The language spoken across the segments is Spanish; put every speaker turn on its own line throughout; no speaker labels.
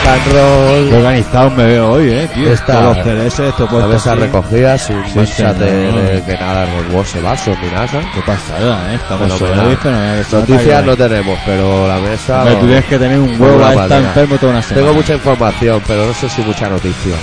Qué
roll,
organizado me veo hoy, eh, tío.
Está-
Con los CDs, todo puesto
cabezas
así.
recogidas, sin mancha de,
señor.
de- de nada rugoso, vaso, ni nada.
Qué pasada, eh. Estamos
Fenomenal.
sobre fenomenal. Esto no está
Noticias
bien.
no tenemos, pero la mesa...
Hombre,
lo-
tú tienes que tener un huevo
Una
a estar
patria.
enfermo toda una semana.
Tengo mucha información, pero no sé si mucha noticia.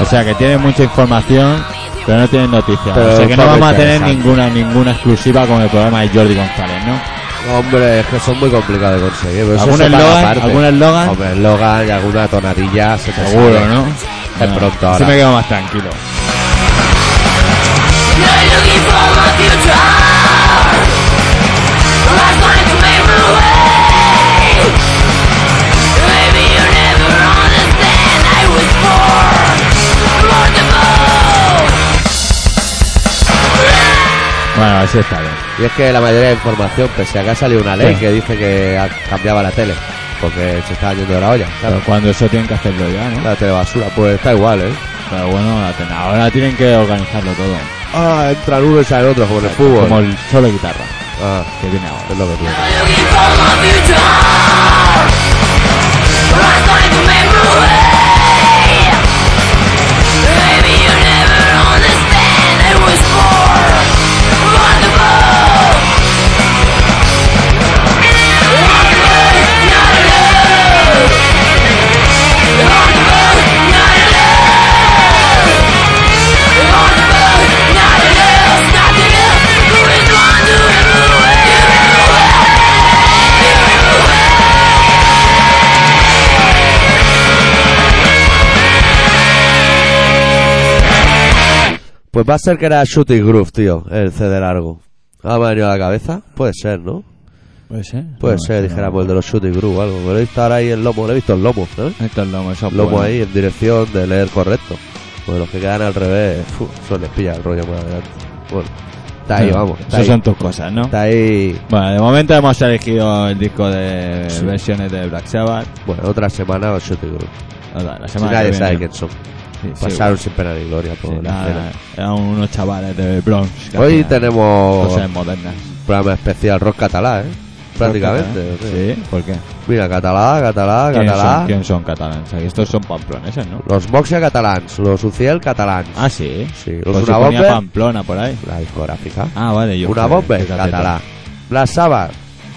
O sea que tienes mucha información, pero no tienes noticias.
Pero
o sea que no
informe
vamos a tener
interesante.
ninguna ninguna exclusiva con el programa de Jordi González, ¿no?
Hombre, es que son muy complicados de conseguir. Pero eso
¿Algún
se paga
eslogan?
aparte.
¿Algún eslogan?
Hombre, eslogan y alguna tonadilla se te
Seguro,
sale.
¿no?
Es
No,
pronto
así
ahora.
me quedo más tranquilo. Bueno, así está bien.
Y es que la mayoría de información, pese a que ha salido una ley
Sí.
que dice que ha- cambiaba la tele, porque se estaba yendo de la olla, claro.
Pero cuando eso tienen que hacerlo ya, ¿no?
La telebasura, pues está igual, ¿eh?
Pero bueno, la ten- ahora tienen que organizarlo todo.
Ah, entra el uno y sale el otro, como en el fútbol.
Como el solo guitarra
Ah,
que viene ahora.
es lo que tiene. Pues va a ser que era Shooting Groove, tío, el CD largo. Ah, me ha venido a la cabeza. Puede ser, ¿no?
Puede ser.
Puede
No,
ser,
no.
dijéramos, el de los Shooting Groove o algo. Pero he visto ahora ahí el lomo, lo he visto el lomo, ¿no?
Esto es lomo, eso es
Lomo
bueno.
ahí en dirección de leer correcto. Pues los que quedan al revés, fu, eso les pilla el rollo por adelante. Bueno, está ahí,
Bueno,
vamos. Está
Esas
ahí,
son tus cosas, ¿no?
está ahí.
Bueno, de momento hemos elegido el disco de
Sí.
versiones de Black Sabbath.
Bueno, otra semana el Shooting Groove.
Nada, la
Si
semana
nadie
que viene.
sabe quién son.
Sí, sí,
Pasaron sin pena ni gloria por
sí,
la
nada,
escena.
eran unos chavales de Bronx. que
Hoy
hacían
tenemos
Cosas modernas.
un programa especial rock catalá, ¿eh? Prácticamente.
¿eh? Sí, ¿por qué?
Mira, catalá, catalá,
¿Quién son,
catalá.
quién son catalanes? Aquí Estos son pamploneses, ¿no?
Los Moxia catalans, los Uciel catalans.
Ah, sí.
Sí, los
Pues si
Una
ponía
Bomber,
Pamplona por ahí.
la discográfica.
Ah, vale, yo.
una
joder,
bomba
fíjate tú.
catalá. La Saba.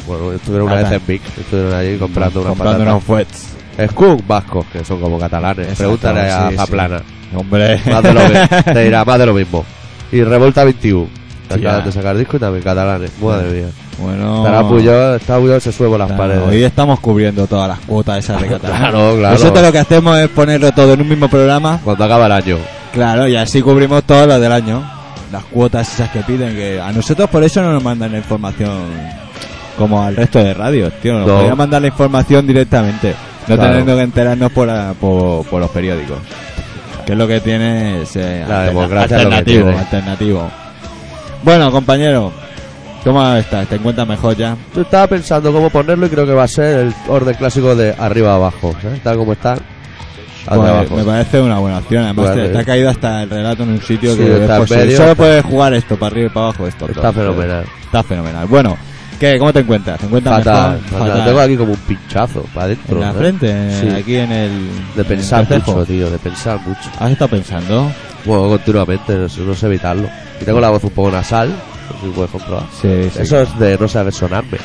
Bueno, estuvieron una vez
Catalán.
en Vic, estuvieron allí comprando unas
Comprando
patatas.
unos fuets.
Skunk vascos, que son como catalanes.
Exacto,
Pregúntale a
sí, sí.
Zaplana.
Hombre.
Más de lo mismo. Te dirá más de lo mismo. Y Revolta 21. que
Tía.
Acaban de sacar disco y también catalanes. Madre mía.
Bueno.
Estará Puyol, está Puyol, se sube por las
Oh. Claro, Hoy
paredes.
estamos cubriendo todas las cuotas esas de Catalán.
Claro, claro.
Nosotros lo que hacemos es ponerlo todo en un mismo programa.
Cuando acaba el año.
Claro, y así cubrimos todo lo del año. Las cuotas esas que piden, que a nosotros por eso no nos mandan la información como al resto de radios, tío. Nos
No.
podrían mandar la información directamente, no
Claro.
teniendo que enterarnos por, la- por, por los periódicos. Que es lo que tiene ese
La
alterna-
democracia es lo que
alternativo,
tiene.
alternativo. Bueno, compañero, ¿cómo estás? ¿Te encuentras mejor ya?
Yo estaba pensando cómo ponerlo y creo que va a ser el orden clásico de arriba a abajo. ¿eh? Tal como está. Hacia
Pues,
abajo.
me parece una buena opción. Además,
Vale.
te, te ha caído hasta el relato en un sitio
Sí,
que es
está en
posible.
medio,
Solo
está-
puedes jugar esto, para arriba y para abajo. Esto,
Está
todo.
fenomenal.
Está fenomenal. Bueno, ¿qué, ¿cómo te encuentras? ¿Te encuentras
Fatal,
mejor?
fatal.
Fatal.
Tengo aquí como un pinchazo para adentro.
¿En la
¿eh?
frente?
Sí.
Aquí en el...
De
en
pensar
el entrecejo.
mucho, tío, de pensar mucho.
¿Has estado pensando?
Bueno, continuamente, no sé, no sé evitarlo. Y tengo la voz un poco nasal, no sé si puedes comprobar.
Sí, sí.
Eso es de no saber sonarme.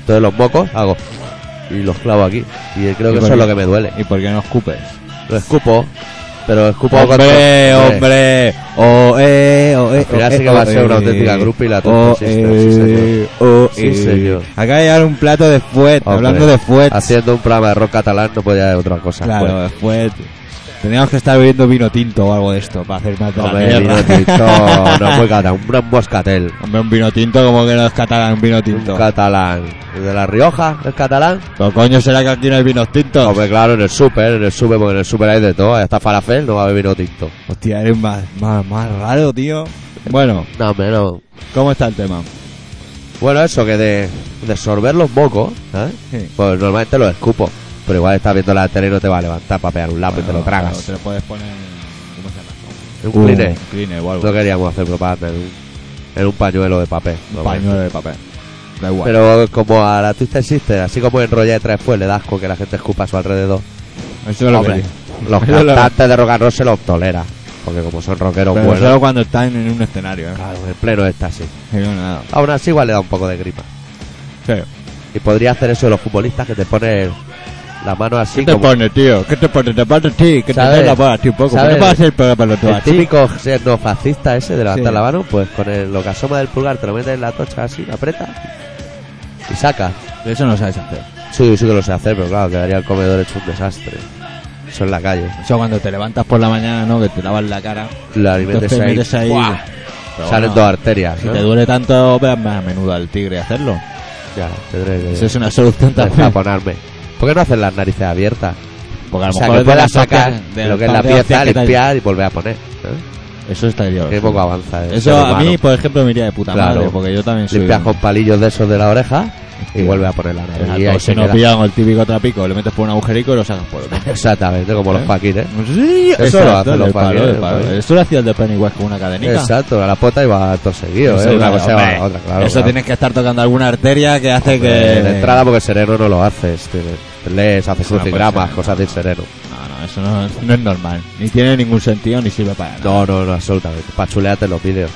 Entonces los mocos hago y los clavo aquí. Y creo
¿Y
que
por
eso es
qué?
lo que me duele.
¿Y por qué no escupes?
Lo escupo, pero escupo cuando-
¡Hombre,
Hombre,
hombre! ¡Oh, eh, oh, eh!
Al final
oh,
sí que
eh,
va a
oh,
ser una
eh.
auténtica grupi la
¡Oh,
Twisted Sister, sí,
eh! ¡Oh,
Sí,
eh.
señor.
Acaba de llegar un plato de fuet,
Hombre,
hablando de fuet.
Haciendo un programa de rock catalán no podía haber otra cosa.
Pues-
Pues,
Claro, después teníamos que estar bebiendo vino tinto o algo de esto para hacer más de
Pues,
la
hombre,
mierda.
vino tinto, no es muy catalán, un moscatel.
Hombre, un vino tinto como que no es catalán, un vino
Un
tinto.
catalán. ¿De La Rioja es catalán?
Pero coño, ¿será que aquí no hay vinos tintos?
Hombre, claro, en el súper, en el súper, porque en el súper hay de todo. Ahí está Falafel, no va a beber vino tinto.
Hostia, eres más, más, más raro, tío. Bueno,
No, hombre, no.
¿cómo está el tema?
Bueno, eso que de, de sorber los mocos, ¿sabes?
Sí.
Pues normalmente los escupo. Pero igual estás viendo la tele y no te va a levantar para pegar un lápiz y te lo
Ah, Bueno,
tragas.
Te lo puedes poner. ¿Cómo se llama?
En un cleaner.
Un cleaner o algo.
No queríamos hacer propaganda en un, en un pañuelo de papel.
Un
¿no?
pañuelo de papel. Da igual.
Pero como a la Twister Sister, así como en Rolla de tres pues le das con que la gente escupa a su alrededor.
eso es lo que
Hombre,
digo.
los
Eso es lo-
cantantes de rock and roll se los tolera. Porque como son rockeros
Pero
buenos,
solo cuando están en un escenario, ¿eh?
claro, en pleno éxtasis.
Y no, nada.
Aún así igual le da un poco de gripa.
Sí.
Y podría hacer eso de los futbolistas que te ponen la mano así
¿Qué te
como
pone, tío? ¿Qué te pone? Te pone a ti, que te
¿Sabes?
den la bola, tío, un poco.
¿Sabes?
¿Qué vas a hacer para para otro?
El típico ser no fascista ese de levantar
Sí.
la mano, pues con el, lo que asoma del pulgar te lo metes en la tocha así, lo aprietas y saca.
De eso no sabes hacer.
Sí, sí que lo sé hacer, pero claro, quedaría el comedor hecho un desastre. Eso en la calle.
Eso cuando te levantas por la mañana, ¿no? Que te lavas la cara.
La metes
Entonces
ahí,
metes ahí.
¡buah!
Pero
salen
bueno,
dos arterias.
Si
¿no?
te duele tanto, veas más a menudo al tigre hacerlo.
Ya, tendré que
Eso es una
Pues
solución también.
taponarme. ¿Por qué no hacen las narices abiertas?
Porque a
O
lo
sea,
mejor
que
es de
puedas
las
sacar
hostias-
de
del
lo que es la
par de hostias
pieza,
que te-
limpiar y volver a poner. ¿eh?
Eso está idiota.
Qué poco avanza. el
Eso
ser
a
humano.
mí, por ejemplo, me iría de puta
Claro.
madre, porque yo también soy...
Limpias con palillos de esos de la oreja y
Sí.
vuelve a poner la
Exacto,
nariz. y ahí
si
se
no
queda.
pillan con el típico trapico, le metes por un agujerico y lo sacas por otro.
Exactamente, como los
¿Eh?
paquines.
Sí,
Eso lo hacen los
el palo,
paquines,
el palo.
los paquines.
¿eh? Eso lo hacía el de Pennywise con una cadenita.
Exacto, a la pota iba todo seguido, ¿eh?
Eso,
Una
claro,
cosa iba a la
hombre.
otra, claro.
Eso
claro.
tienes que estar tocando alguna arteria que hace que...
Eh, de entrada porque sereno no lo haces. te- Lees, haces
Eso no puede
crucigramas,
ser.
cosas de sereno.
No, no, eso no, no es normal. Ni tiene ningún sentido, ni sirve para nada.
No, no, no, absolutamente. Para chulearte los vídeos.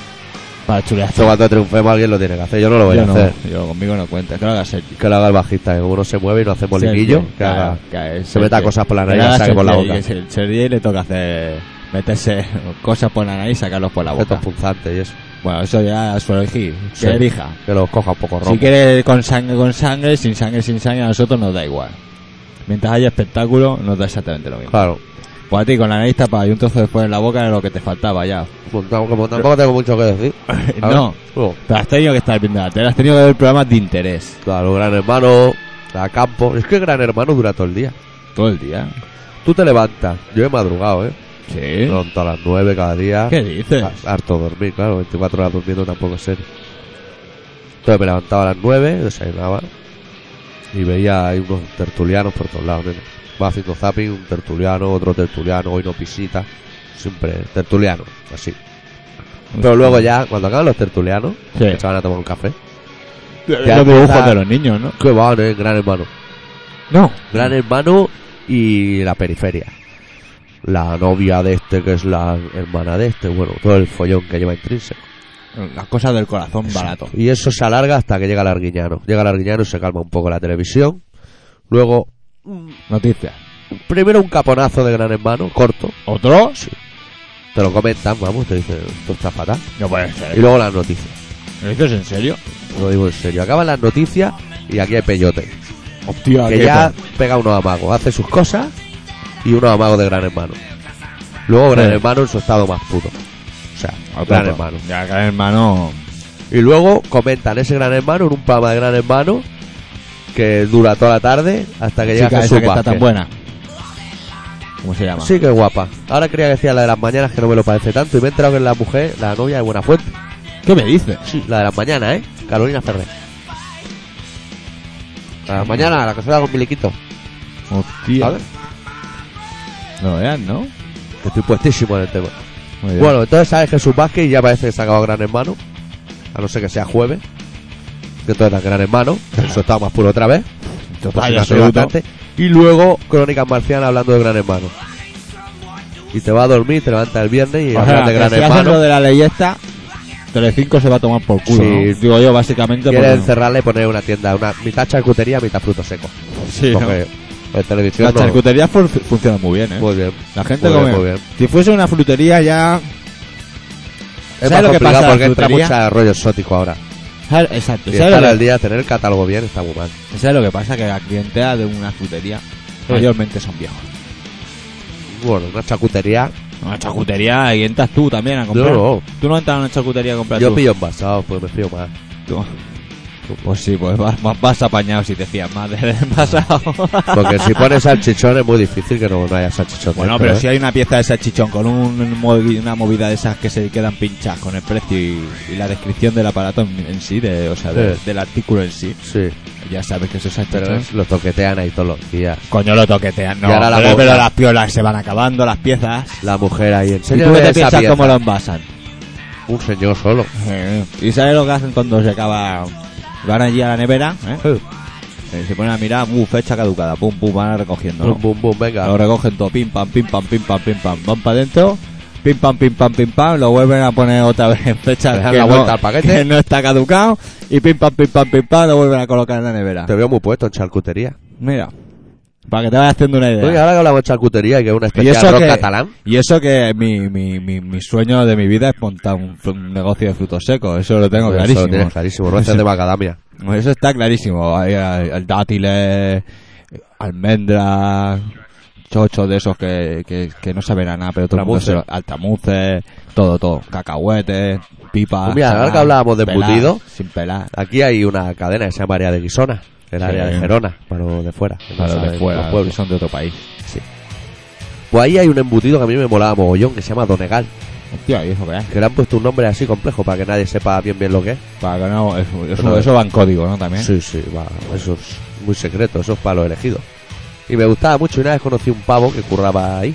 Para chulear.
Eso cuando triunfemos alguien lo tiene que hacer. Yo no lo voy
yo
a
no,
hacer.
yo conmigo no cuenta. Creo que a Sergi.
Que lo haga el bajista, que como uno se mueve y no hace molinillo,
Sergi,
que haga.
que es
se meta
Sergi.
cosas por la
Que
nariz y
haga
las saque por la
Sergi,
boca.
que si el Sergi le toca hacer... Meterse cosas por la nariz y sacarlos por la
Efectos
boca.
punzantes y eso.
Bueno, eso ya suelo elegir. Que
Sí.
elija.
Que los coja un poco rojo.
Si quiere con sangre, con sangre, sin sangre, sin sangre, a nosotros nos da igual. Mientras haya espectáculo, nos da exactamente lo mismo.
Claro.
Pues a ti, con la nariz tapada y un trozo de fuego en la boca era lo que te faltaba ya.
Pues tam- Como tampoco tengo mucho que decir. A ver.
no,
Luego,
pero has tenido que estar viendo la tele, has tenido que ver programas de interés
Claro, Gran Hermano, a campo. Es que Gran Hermano dura todo el día.
todo el día.
Tú te levantas. Yo he madrugado, ¿eh?
Sí.
Pronto a las 9 cada día.
¿Qué dices?
Ha- Ah, Harto dormir, claro. 24 horas durmiendo tampoco es serio. Entonces me levantaba a las 9, desayunaba. Y veía ahí unos tertulianos por todos lados, nene. Va haciendo zapping, un tertuliano, otro tertuliano, hoy no pisita. Siempre tertuliano, así. Pero luego ya, cuando acaban los tertulianos,
Sí.
que se van a tomar un café. ya
Los dibujos
empieza-
de los niños, ¿no?
Que van, eh, gran hermano.
No.
Gran Hermano y la periferia. La novia de este, que es la hermana de este, bueno, todo el follón que lleva intrínseco.
Las cosas del corazón barato.
Y eso se alarga hasta que llega el Arguiñano. Llega el Arguiñano y se calma un poco la televisión. Luego,
Noticias.
primero un caponazo de Gran Hermano, corto.
¿Otro?
Te lo comentan, vamos, te dicen, esto está fatal.
No puede
Y
ser.
luego las noticias.
¿Lo dices en serio?
Lo digo en serio. Acaban las noticias y aquí hay peyote.
Hostia,
que
qué
ya
tal.
pega unos amagos, hace sus cosas y unos amagos de Gran Hermano. Luego Gran
Sí. Ah,
Hermano en su estado más puto. O sea,
Otro,
Gran
otro.
Hermano.
Ya, gran hermano.
Y luego comentan ese Gran Hermano en un programa de Gran Hermano que dura toda la tarde hasta que llega
chica
Jesús
esa que está
Vázquez.
tan buena. ¿Cómo se llama?
Sí que es guapa. Ahora creía que decía la de las mañanas que no me lo parece tanto y me he enterado que es la mujer, la novia de Buenafuente.
¿Qué me dices?
Sí, la de las mañanas, ¿eh? Carolina Ferrer. La de las mañanas, la que se da con Miliquito.
Hostia.
¿Sabes?
No lo veas, ¿no?
Que Estoy puestísimo en el tema.
Muy bien.
Bueno, entonces sale Jesús Vázquez y ya parece que se ha acabado Gran Hermano. A no ser que sea jueves. Que entonces da Gran Hermano. Eso está más puro otra vez.
total
Pues
y
hace
absoluto.
bastante. Y luego Crónicas Marcianas hablando de Gran Hermano. Y te va a dormir, te levantas el viernes y
O
hablas
sea,
de
que
Gran
si haces lo
Hermano.
de la leyenda, Telecinco se va a tomar por culo.
Sí.
¿no? Digo yo, básicamente.
Quiere
porque-
encerrarle y poner una tienda, una mitad charcutería, mitad fruto seco.
Sí, ¿no?
Porque en televisión
La
no-
charcutería fun- funciona muy bien, ¿eh?
Muy bien.
la gente
Muy bien,
come.
muy bien.
Si fuese una frutería ya.
Es
¿Sabes
más
lo que pasa
complicado
en la
porque entra
frutería?
mucho rollo exótico ahora.
¿Sabes? Exacto.
Y
¿Sabes
estar
lo,
al
que,
día, tener el catálogo bien, está muy mal.
¿Sabes lo que pasa? Que la clientela de una frutería mayormente son viejos.
Bueno, una charcutería
Una charcutería y entras tú también a comprar.
No, no.
Tú no entras a una charcutería a comprar
Yo
tú.
pillo envasado, pues me fío más.
Tú- Pues sí, pues vas, vas- vas apañado si te fías más del pasado.
Porque si pones salchichón es muy difícil que no, no haya salchichón.
Bueno,
dentro,
pero
¿eh?
si hay una pieza de salchichón con un movi- una movida de esas que se quedan pinchas con el precio y, y la descripción del aparato en, en sí, de, o sea, de-
Sí.
del artículo en sí,
Sí,
ya sabes que eso es salchichón.
pero es- lo toquetean ahí todos los días.
Coño, lo toquetean, no.
Y ahora la
pero,
boca.
pero las piolas se van acabando, las piezas.
La mujer ahí en
¿Y
serio.
tú qué
esa
te piensas
pieza?
cómo lo envasan?
Un señor solo.
Y sabes lo que hacen cuando se acaba. Van allí a la nevera, ¿eh? Eh, se ponen a mirar, uh, fecha caducada, pum, pum, van recogiendo. ¿no?
Bum, bum, bum, venga.
Lo recogen todo, pim, pam, pim, pam, pim, pam, pim, pam. Van para adentro, pim, pam, pim, pam, pim, pam. Lo vuelven a poner otra vez en fecha
Le dan
que,
la
no,
vuelta al paquete.
que no está caducado. Y pim, pam, pim, pam, pim, pam. Lo vuelven a colocar en la nevera.
Te veo muy puesto en charcutería.
Mira, para que te vayas haciendo una idea.
Oye, ahora que hablamos de charcutería y que es una especie de rock catalán.
y eso que mi, mi, mi, mi sueño de mi vida es montar un, fr- un negocio de frutos secos, eso lo tengo
Eso lo
clarísimo.
tienes clarísimo. Nueces
Eso-
de macadamia.
Pues Eso está clarísimo. Hay eh, dátiles, almendras, chochos de esos que, que, que no saben a nada, pero todo el mundo se lo- altamuces, todo, todo, cacahuetes, pipas.
Pues mira, ahora
salán,
que hablábamos de
pelar,
embutido.
Sin pelar.
Aquí hay una cadena que se llama Área de Guisona, el
Sí.
área de Gerona, para los de fuera. que no
Para los de
saben,
fuera,
los
los que
pueblos.
son de otro país.
Pues ahí hay un embutido que a mí me molaba mogollón, que se llama Donegal,
Hostia, ¿y eso qué es?
que le han puesto un nombre así complejo para que nadie sepa bien bien lo que es.
Para que no, eso, eso-
Pero-
eso va en código, ¿no? También.
Sí, sí, va, eso es muy secreto, eso es para los elegidos. Y me gustaba mucho, y una vez conocí un pavo que curraba ahí,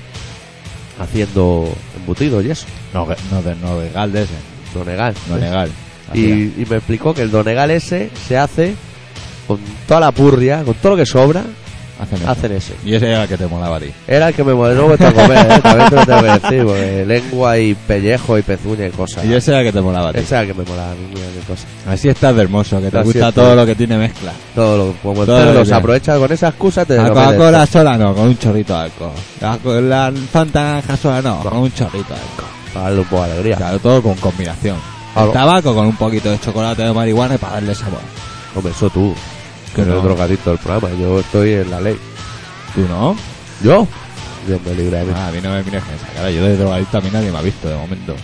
haciendo embutido y eso,
No, que- no, de, no legal de ese,
Donegal.
no legal.
y, y me explicó que el Donegal ese se hace con toda la purria, con todo lo que sobra,
Hacen eso.
hacen ese.
Y ese era el que te molaba a ti.
Era el que me moderó vuestro a comer, ¿eh? también te lo tengo que decir, porque lengua y pellejo y pezuña y cosas.
Y ese era el que te molaba a ti.
Ese era el que me molaba, mira qué cosa.
Así estás de hermoso, que te
Así
gusta
estoy.
todo lo que tiene mezcla.
Todo lo que podemos
Todo
hacer,
lo
los
que-
aprovecha con esa excusa, te
La
lo metes.
Coca-Cola sola no, con un chorrito de alcohol. La, co- la Fanta naranja sola no, con un chorrito de alcohol.
Para darle un poco de alegría.
Claro, todo con combinación.
Claro.
El tabaco con un poquito de chocolate de marihuana y para darle sabor.
Hombre, eso tú, que
Que
no
no.
eres drogadicto del programa, yo estoy en la ley.
¿Tú no?
¿Yo? Dios me libre de mí.
Ah, a mí no me mires con esa cara. Yo de drogadicto a mí nadie me ha visto de momento.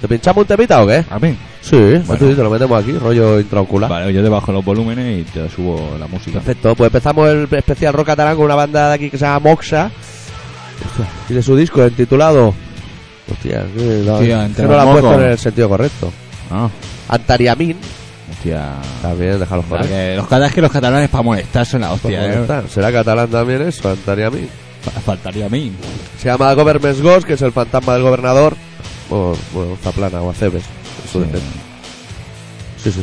¿Te pinchamos un temita o qué? Pues
¿A mí?
Sí, entonces te lo metemos aquí, rollo intraocular.
Vale, yo te bajo los volúmenes y te subo la música.
Perfecto, pues empezamos el especial rock catalán con una banda de aquí que se llama Moxa. Hostia, Tiene su disco intitulado. Hostia, que la-
Hostia,
que
entre
no lo
los
han puesto
mocos.
en el sentido correcto.
Ah,
Antariamín.
hostia.
También, déjalo
Para
joder.
que los cata- es que los catalanes para molestar son la
Pues,
hostia,
¿dónde
¿eh?
está? ¿Será catalán también eso? Antariamín.
Fa- Faltaría a mí.
Se llama Governments Ghost, que es el fantasma del gobernador. O, bueno, Zaplana o Aceves. en su defecto. Sí, sí.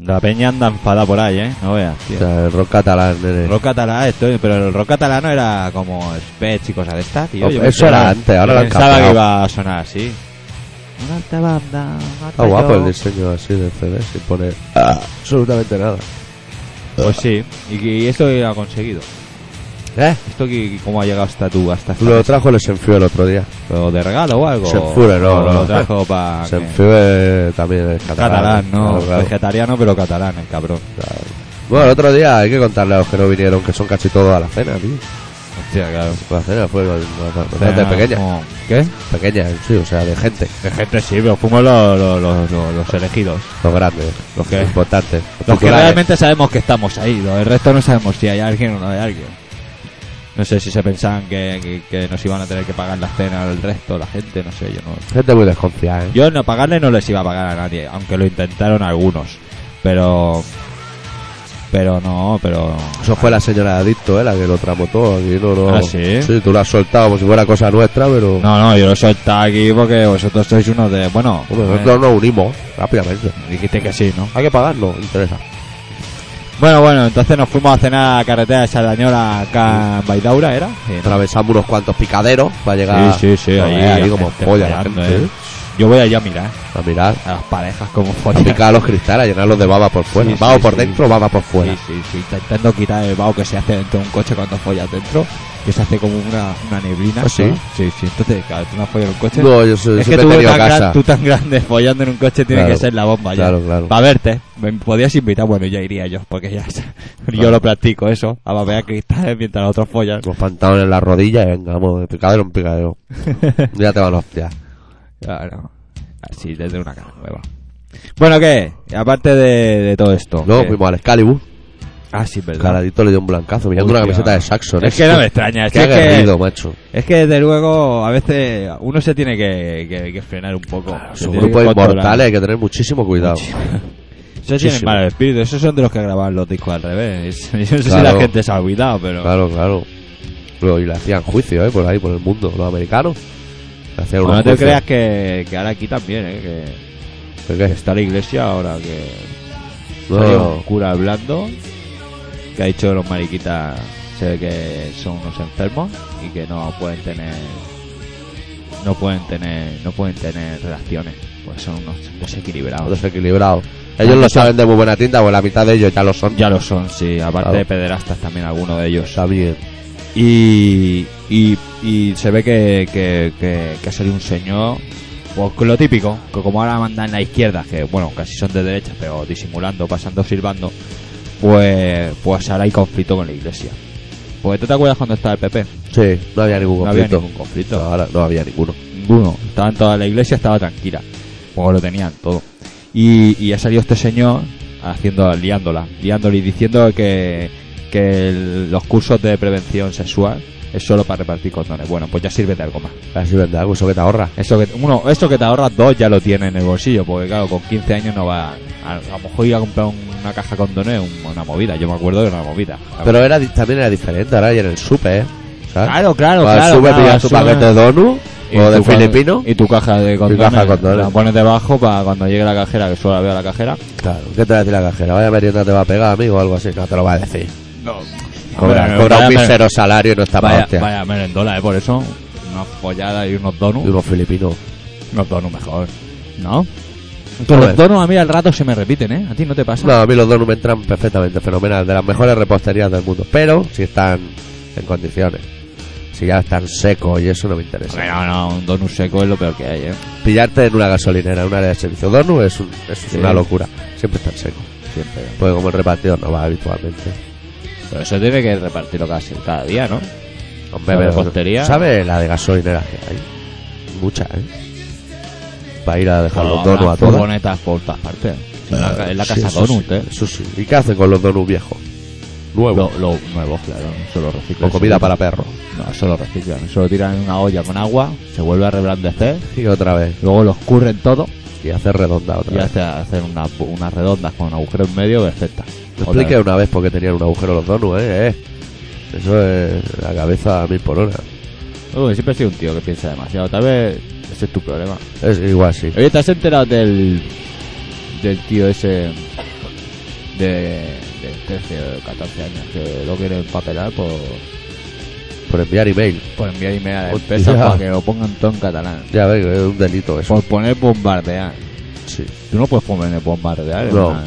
La peña anda enfadada por ahí, ¿eh? No veas, tío.
O sea, el rock catalán, eh. nene.
El rock catalán, estoy, pero el rock catalano era como Spets y cosas de estas, tío.
No,
Yo
eso
pensaba-
era antes, ahora lo
yo
han
Pensaba que
cambiado.
iba a sonar así. Una alta banda. una alta
Está guapo
yo.
el diseño así de CD sin poner ah, absolutamente nada.
Pues sí. ¿Y, y esto que ha conseguido?
¿Eh?
¿Esto que, cómo ha llegado hasta tú? Hasta esta
Lo
vez?
trajo el Senfue el otro día.
¿Pero de regalo o algo?
Senfue, no,
¿O
no.
Lo trajo para.
Senfue también es catalán.
Catalán, no.
Claro, claro.
Vegetariano, pero catalán, el cabrón.
Claro. Bueno, el otro día hay que contarle a los que no vinieron que son casi todos a la cena, tío.
Hostia, claro.
La cena fue bastante pequeña.
como- ¿Qué?
Pequeña, sí, o sea, de gente.
De gente sí, pero fuimos los, los, los, los- los elegidos.
Los grandes,
Los
los
que,
importantes. Los,
los que
titulares.
realmente sabemos que estamos ahí. Los, el resto no sabemos si hay alguien o no hay alguien. No sé si se pensaban que, que- que nos iban a tener que pagar la cena al resto, la gente, no sé, yo no.
Gente muy desconfiada, ¿eh?
Yo no pagarle no les iba a pagar a nadie, aunque lo intentaron algunos. Pero. Pero no, pero.
Eso fue la señora de Adicto, ¿eh? La que lo tramó todo. Aquí no, no.
¿Ah, sí?
Sí, tú lo has soltado como si fuera cosa nuestra, pero...
No, no, yo lo suelto aquí porque vosotros sois uno de. Bueno,
Hombre,
eh,
nosotros nos unimos rápidamente.
dijiste que sí, ¿no?
Hay que pagarlo, interesa.
Bueno, bueno, entonces nos fuimos a cenar a la carretera de Sardañola acá en Baidaura, ¿era? Sí, ¿no?
Atravesamos unos cuantos picaderos para llegar...
Sí, sí, sí,
Joder,
Ah,
ahí
ahí la
como
gente
polla la
follando,
gente,
¿eh? Yo voy allá a mirar
¿eh? A mirar,
a las parejas como
a
follan.
picar los cristales, a llenarlos de baba por fuera.
Sí,
baba
sí,
por
sí.
dentro, baba por fuera.
Sí, sí, sí, intentando quitar el vaho que se hace dentro de un coche cuando follas dentro, que se hace como una, una neblina.
¿Ah, sí?
¿no? Sí, sí, entonces, claro, tú no has follado en un coche.
No, yo soy,
es que
siempre
tú
he tenido
tan, gran-
casa.
tú tan grande follando en un coche tiene
Claro,
que ser la bomba ya.
Claro, claro.
Para verte, me podías invitar, bueno, ya iría yo, porque ya yo lo practico eso, a babear cristales mientras los otros follan.
Los pantalones en las rodillas y venga, vamos, de picadero en picadero. ya te van hostias.
Claro. Así desde una cara nueva. Bueno, ¿qué? Aparte de, de todo esto.
Luego
¿qué?
fuimos al Excalibur.
Ah, sí, verdad.
Caladito le dio un blancazo mirando una
Hostia.
camiseta de Saxon.
Es que no me extraña, es
Qué
que-
aguerrido, macho.
Es que desde luego a veces uno se tiene que, que- que frenar un poco. Se
Son
tiene que
grupos
controlar.
inmortales, hay que tener muchísimo cuidado.
Esos tienen
Muchísimo.
mal espíritu, esos son de los que graban los discos al revés. Yo no sé si
Claro.
la gente se ha olvidado, pero...
Claro, claro. Luego, y le hacían juicio, ¿eh? Por ahí, por el mundo. Los americanos. Le hacían
Bueno, no
unos
te
juicios.
creas que, que ahora aquí también, ¿eh? que,
¿Por
que
qué?
está la iglesia ahora que...
No,
Salió
no.
un cura hablando que ha dicho que los mariquitas se ve que son unos enfermos y que no pueden tener no pueden tener no pueden tener relaciones pues son unos desequilibrados
Desequilibrado. Ellos lo saben de muy buena tinta, pues la mitad de ellos ya lo son.
ya lo son sí aparte
Claro.
de pederastas también algunos de ellos
Está bien.
y, y, y se ve que, que, que, que ha salido un señor, pues con lo típico, que como ahora mandan la izquierda, que bueno, casi son de derecha, pero disimulando, pasando, silbando, pues, pues ahora hay conflicto con la iglesia. Porque tú te acuerdas cuando estaba el PP,
Sí, no había ningún
no había
conflicto.
ningún conflicto.
No, ahora no había ninguno.
Ninguno. Estaban toda la iglesia, estaba tranquila. Como lo tenían todo. Y, y ha salido este señor haciendo, liándola, liándola y diciendo que, que el- los cursos de prevención sexual es solo para repartir condones. Bueno, pues ya sirve de algo más.
A ver si vende algo, eso que te ahorra.
Eso que, uno, eso que te ahorras dos ya lo tiene en el bolsillo, porque claro, con 15 años no va. A, a lo mejor ir a comprar un- una caja de condones, un- una movida. Yo me acuerdo de una movida.
Ah, Pero era, di- también era diferente, ahora hay en el súper, ¿eh? ¿Sabes?
claro, claro,
Vas al
claro.
súper,
claro,
pillas tu
sube.
paquete de donut
Y
o de
tu ca-
filipino.
Y tu caja de condones.
caja de condones.
La pones debajo para cuando llegue la cajera, que solo la veo a la cajera.
Claro, ¿qué te va a decir la cajera? Vaya merienda te va a pegar, amigo, o algo así. No te lo va a decir.
No.
Cobra, cobra un mísero salario y no está para
Vaya,
hostia.
vaya merendola, ¿eh? Por eso, una follada y unos donuts.
Y unos filipinos.
Unos donuts mejor. ¿No?
A
Pero
ver.
los donuts a mí al rato se me repiten, ¿eh? ¿A ti no te pasa?
No, a mí los donuts me entran perfectamente, fenomenal. De las mejores reposterías del mundo. Pero si están en condiciones. Si ya están secos y eso no me interesa.
Hombre, No, no, un donut seco es lo peor que hay, ¿eh?
Pillarte en una gasolinera, en un área de servicio. Donut es, un- es
Sí.
una locura. Siempre están secos.
Siempre.
Porque como el repartidor no va habitualmente.
Pero eso tiene que repartirlo casi cada día, ¿no?
Hombre,
La
pero-
repostería.
¿Sabes la de gasolineras que hay? Muchas, ¿eh? Para ir a dejar los
Habrá
donuts a todas.
furgonetas por todas partes. En la, ca- en la
Sí,
casa
eso
donut,
sí,
¿eh?
Eso sí. ¿Y qué hacen con los donuts viejos? nuevo.
Lo, lo nuevo, claro. Solo reciclan.
o comida
Eso-
para perros.
No, solo reciclan. Eso lo tiran en una olla con agua, se vuelve a reblandecer,
Y otra vez.
luego lo escurren todo
Y hacer redonda otra
y
vez.
hace- hacen unas unas redondas con un agujero en medio perfecta.
Te
Otra
expliqué
vez.
una vez por qué tenían un agujero los donuts, eh. eh. Eso es la cabeza a mil por hora.
Uy, siempre he sido un tío que piensa demasiado. Tal vez ese es tu problema.
Es igual, sí.
Oye, ¿te has enterado del, del tío ese de, de 13 o 14 años que lo quiere empapelar por,
Por enviar email.
por enviar email a la
Hostia.
empresa para que lo pongan todo en catalán?
Ya ves, es un delito eso.
Por poner bombardear.
Sí.
Tú no puedes poner bombardear. es
No,
una-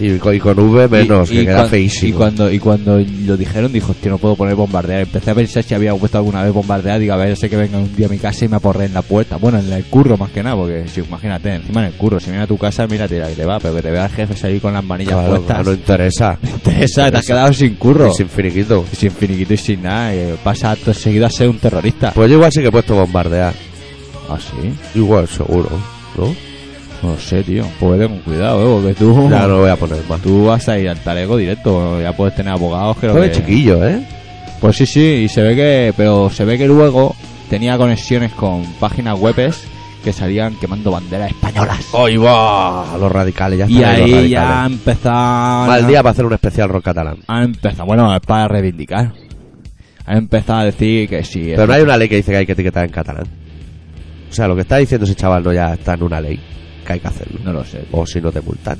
Y, con- y con V menos,
Y- y
que queda
cuan-
feísimo.
Y cuando, y cuando lo dijeron, dijo, hostia, no puedo poner bombardear. Empecé a pensar si había puesto alguna vez bombardear. Digo, a ver, sé que venga un día a mi casa y me aporré en la puerta. Bueno, en el curro más que nada, porque si, imagínate, encima en el curro, si viene a tu casa, mira, tira que te va, pero que te vea el jefe salir con las manillas
Claro,
puestas.
claro, no interesa.
Esa, te has quedado sin curro.
Es infiniquito.
Y sin finiquito y sin nada. y pasa acto seguido a ser un terrorista.
Pues yo igual sí que he puesto bombardear.
Ah, sí.
Igual, seguro. ¿No?
No lo sé, tío. Pues vete con cuidado, eh, porque tú.
Ya no lo voy a poner más.
Tú vas a ir al talego directo. Ya puedes tener abogados que lo
Tú
que...
eres chiquillo, ¿eh?
Pues sí, sí, y se ve que, pero se ve que luego tenía conexiones con páginas webs que salían quemando banderas españolas.
¡Ay, va! Los radicales, ya
Oh, y
están ahí Oh, los
ahí ya
radicales.
empezaban.
Mal día para hacer un especial rock catalán.
Han empezado, bueno, es para reivindicar. Han empezado a decir que sí.
Pero no hay una ley que dice que hay que etiquetar en catalán. O sea, lo que está diciendo ese chaval no ya está en una ley. Que hay que hacerlo.
No lo sé, tío,
O si no te multan.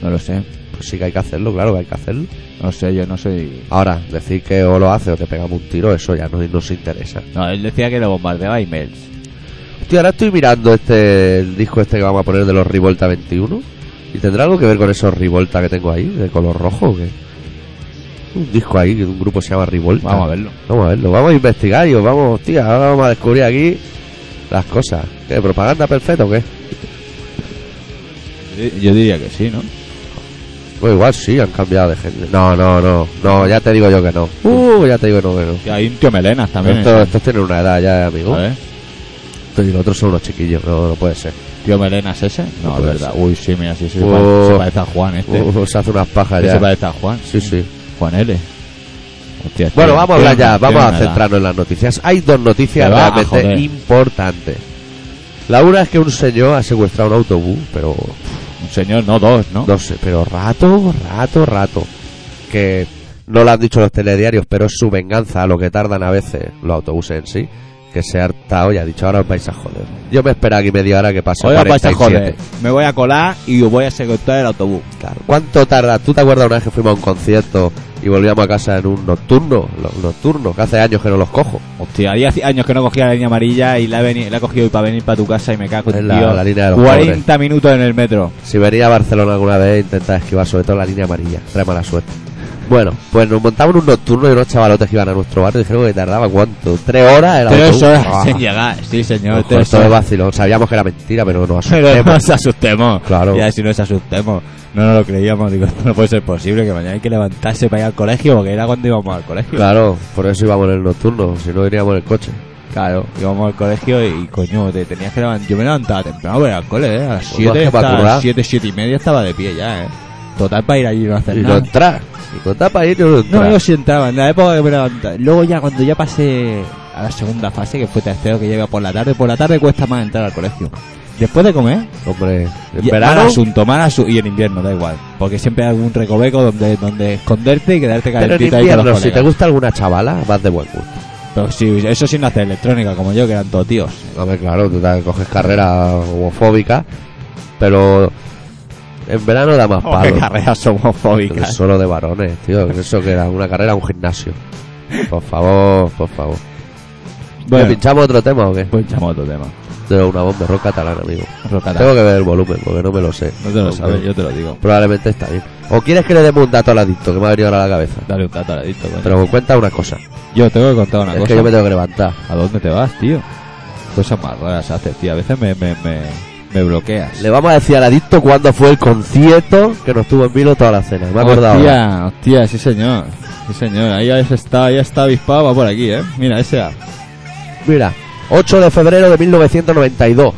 no lo sé.
Pues sí que hay que hacerlo, claro que hay que hacerlo.
No lo sé, yo no soy.
Ahora, decir que o lo hace o te pegamos un tiro, eso ya no nos interesa.
No, él decía que lo bombardeaba emails.
Tío, ahora estoy mirando este el disco este que vamos a poner de los Rivolta 21. ¿Y tendrá algo que ver con esos Rivolta que tengo ahí, de color rojo o qué? Un disco ahí de un grupo que se llama Rivolta.
Vamos a verlo.
Vamos a verlo, vamos a investigar y os vamos, hostia, ahora vamos a descubrir aquí las cosas. ¿Qué? ¿Propaganda perfecta o qué?
Yo diría que sí, ¿no?
Pues igual sí, han cambiado de gente. No, no, no, no, ya te digo yo que no. Uh, ya te digo no, que no.
Que hay un tío melenas también.
Estos,
¿eh?
estos tienen una edad ya, amigo.
A ver,
Estos y los otros son unos chiquillos, no, no puede ser.
¿Tío melenas ese? No,
No
es
puede
verdad. Uy, sí, mira, sí, sí.
Oh.
pare- Se parece a Juan este.
Uh, se hace unas pajas
Que se
ya.
parece a Juan.
Sí, sí.
Juan L. Hostia, estoy-
Bueno, vamos a
estoy
hablar ya,
en- estoy
vamos
en
a
edad.
centrarnos en las noticias. Hay dos noticias
Me va a joder.
realmente importantes. La una es que un señor ha secuestrado un autobús, pero
Un señor, no dos, ¿no?
no sé, pero rato, rato, rato. Que no lo han dicho los telediarios, pero es su venganza, lo que tardan a veces los autobuses en sí. Que se ha hartado y ha dicho, ahora os vais a joder. Yo me espero aquí media hora que pase
Hoy os vais a
47.
joder. Me voy a colar y os voy a secuestrar el autobús.
Claro. ¿Cuánto tarda? ¿Tú te acuerdas una vez que fuimos a un concierto y volvíamos a casa en un nocturno? Los nocturnos, que hace años que no los cojo.
Hostia, ahí hace años que no cogía la línea amarilla y la he, veni- la he cogido hoy para venir para tu casa y me cago
Es
en
la-
Dios.
la línea de los
40 minutos en el metro.
Si venía a Barcelona alguna vez, intenta esquivar sobre todo la línea amarilla. Trae mala suerte. Bueno, pues nos montamos en un nocturno y unos chavalotes que iban a nuestro barrio dijeron que tardaba cuánto, tres horas. El
Tres
autobús?
horas
Ah,
sin llegar. Sí, señor.
ojo,
tres
esto es
horas.
vacilón. Sabíamos que era mentira, pero nos
Pero no
asustemos.
nos asustemos.
Claro.
Ya si nos asustemos. No nos lo creíamos. Digo, esto no puede ser posible que mañana hay que levantarse para ir al colegio porque era cuando íbamos al colegio.
Claro, por eso íbamos en el nocturno, si no iríamos en el coche.
Claro, íbamos al colegio y, coño, te tenías que levantar. Yo me levantaba temprano para ir al cole, ¿eh? A las
Pues más
7,
que para
a las
currar.
7, 7 y media estaba de pie ya, ¿eh? Total para ir allí y no hacer
Y no
nada.
entrar. Y con tapa ahí no
No,
entrar.
yo sí entraba, en la época que me levantaba. Luego ya, cuando ya pasé a la segunda fase, que fue tercero, que lleva por la tarde, por la tarde cuesta más entrar al colegio. Después de comer,
Hombre, en
y-
verano...
mal asunto, mal asunto, y en invierno, da igual. Porque siempre hay algún recoveco donde, donde esconderte y quedarte
Pero en
calentito ahí con
invierno,
los
si te
colegas.
gusta alguna chavala, vas de buen gusto.
Pero sí, eso sin hacer electrónica, como yo, que eran todos tíos.
A ver, claro, tú te coges carrera homofóbica, pero en verano da más
Oh, qué
palo.
carreras homofóbicas.
Solo de varones, tío. Eso que era una carrera, un gimnasio. Por favor, por favor. ¿Le
Bueno,
pinchamos otro tema o qué?
pues echamos otro tema.
De una bomba rock catalana, amigo.
Rocata.
Tengo que ver el volumen porque no me lo sé.
No te lo
Aunque
sabes, yo te lo digo.
Probablemente está bien. ¿O quieres que le demos un dato al adicto que me ha venido ahora a la cabeza?
Dale un dato adicto, coño.
Pero cuenta una cosa.
Yo tengo que contar una
es
cosa.
que yo me tengo que levantar.
¿A dónde te vas, tío? Cosas más raras haces, tío. A veces me, me, me, me bloqueas.
Le vamos a decir al adicto cuándo fue el concierto que nos tuvo en vilo toda la cena. Me he acordado. ahora.
Hostia, hostia, sí señor. Sí señor, ahí has estado, ahí está avispado, va por aquí, eh. Mira, ese A.
Mira, 8 de febrero de 1992.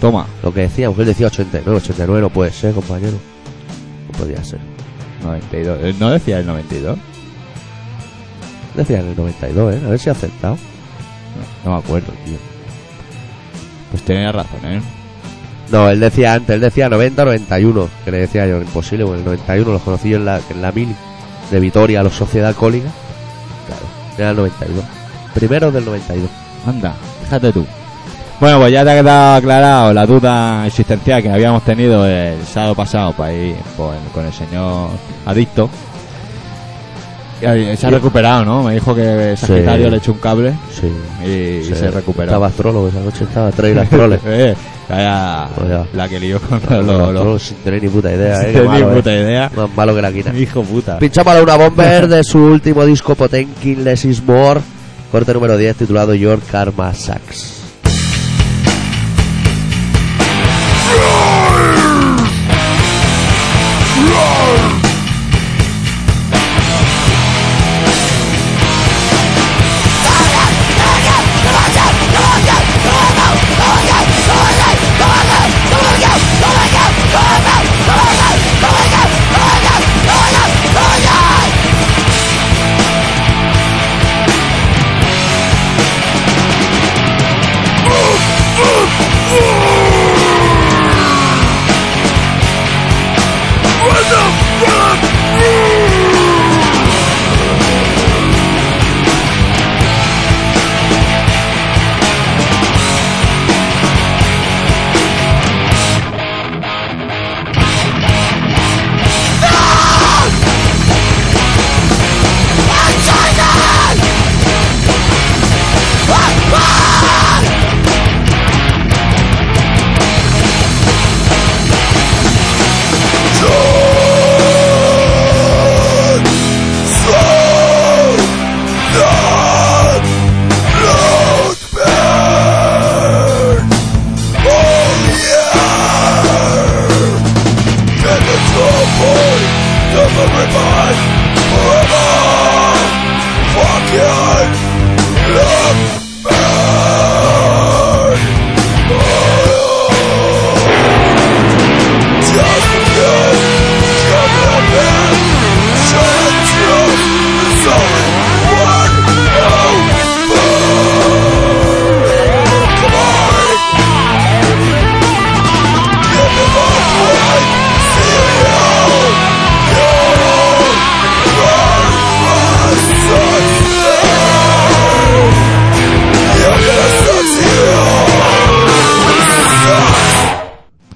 Toma.
Lo que decíamos, que él decía 89, 89 no puede ser, compañero. No podía ser.
92. Eh, ¿No decía el 92?
Decían en el 92, ¿eh? A ver si ha aceptado.
No me acuerdo, tío. Pues tenía razón, ¿eh?
No, él decía antes, él decía 90 91, que le decía yo, imposible, porque en el 91 los conocí yo en la, en la mili de Vitoria, los Sociedad Cólica. Claro, era el 92. Primero del 92.
Anda, fíjate tú. Bueno, pues ya te ha quedado aclarado la duda existencial que habíamos tenido el sábado pasado para ir por- con el señor adicto. Y ahí se ha recuperado, ¿no? Me dijo que Sagitario
Sí.
le echó un cable
Sí.
y y se, recuperó.
Estaba astrólogo, esa noche estaba tres astrólogo.
Eh, vaya
Pues ya.
la que lió con
Los
los... los-
astrólogo sin tener ni puta idea, ¿eh?
sin
Qué
tener
malo,
ni
¿eh?
puta idea.
Más malo que la quina.
Hijo puta.
Pinchamos a una bomber de su último disco Potenkin Less is More, corte número 10 titulado Your Karma Sucks.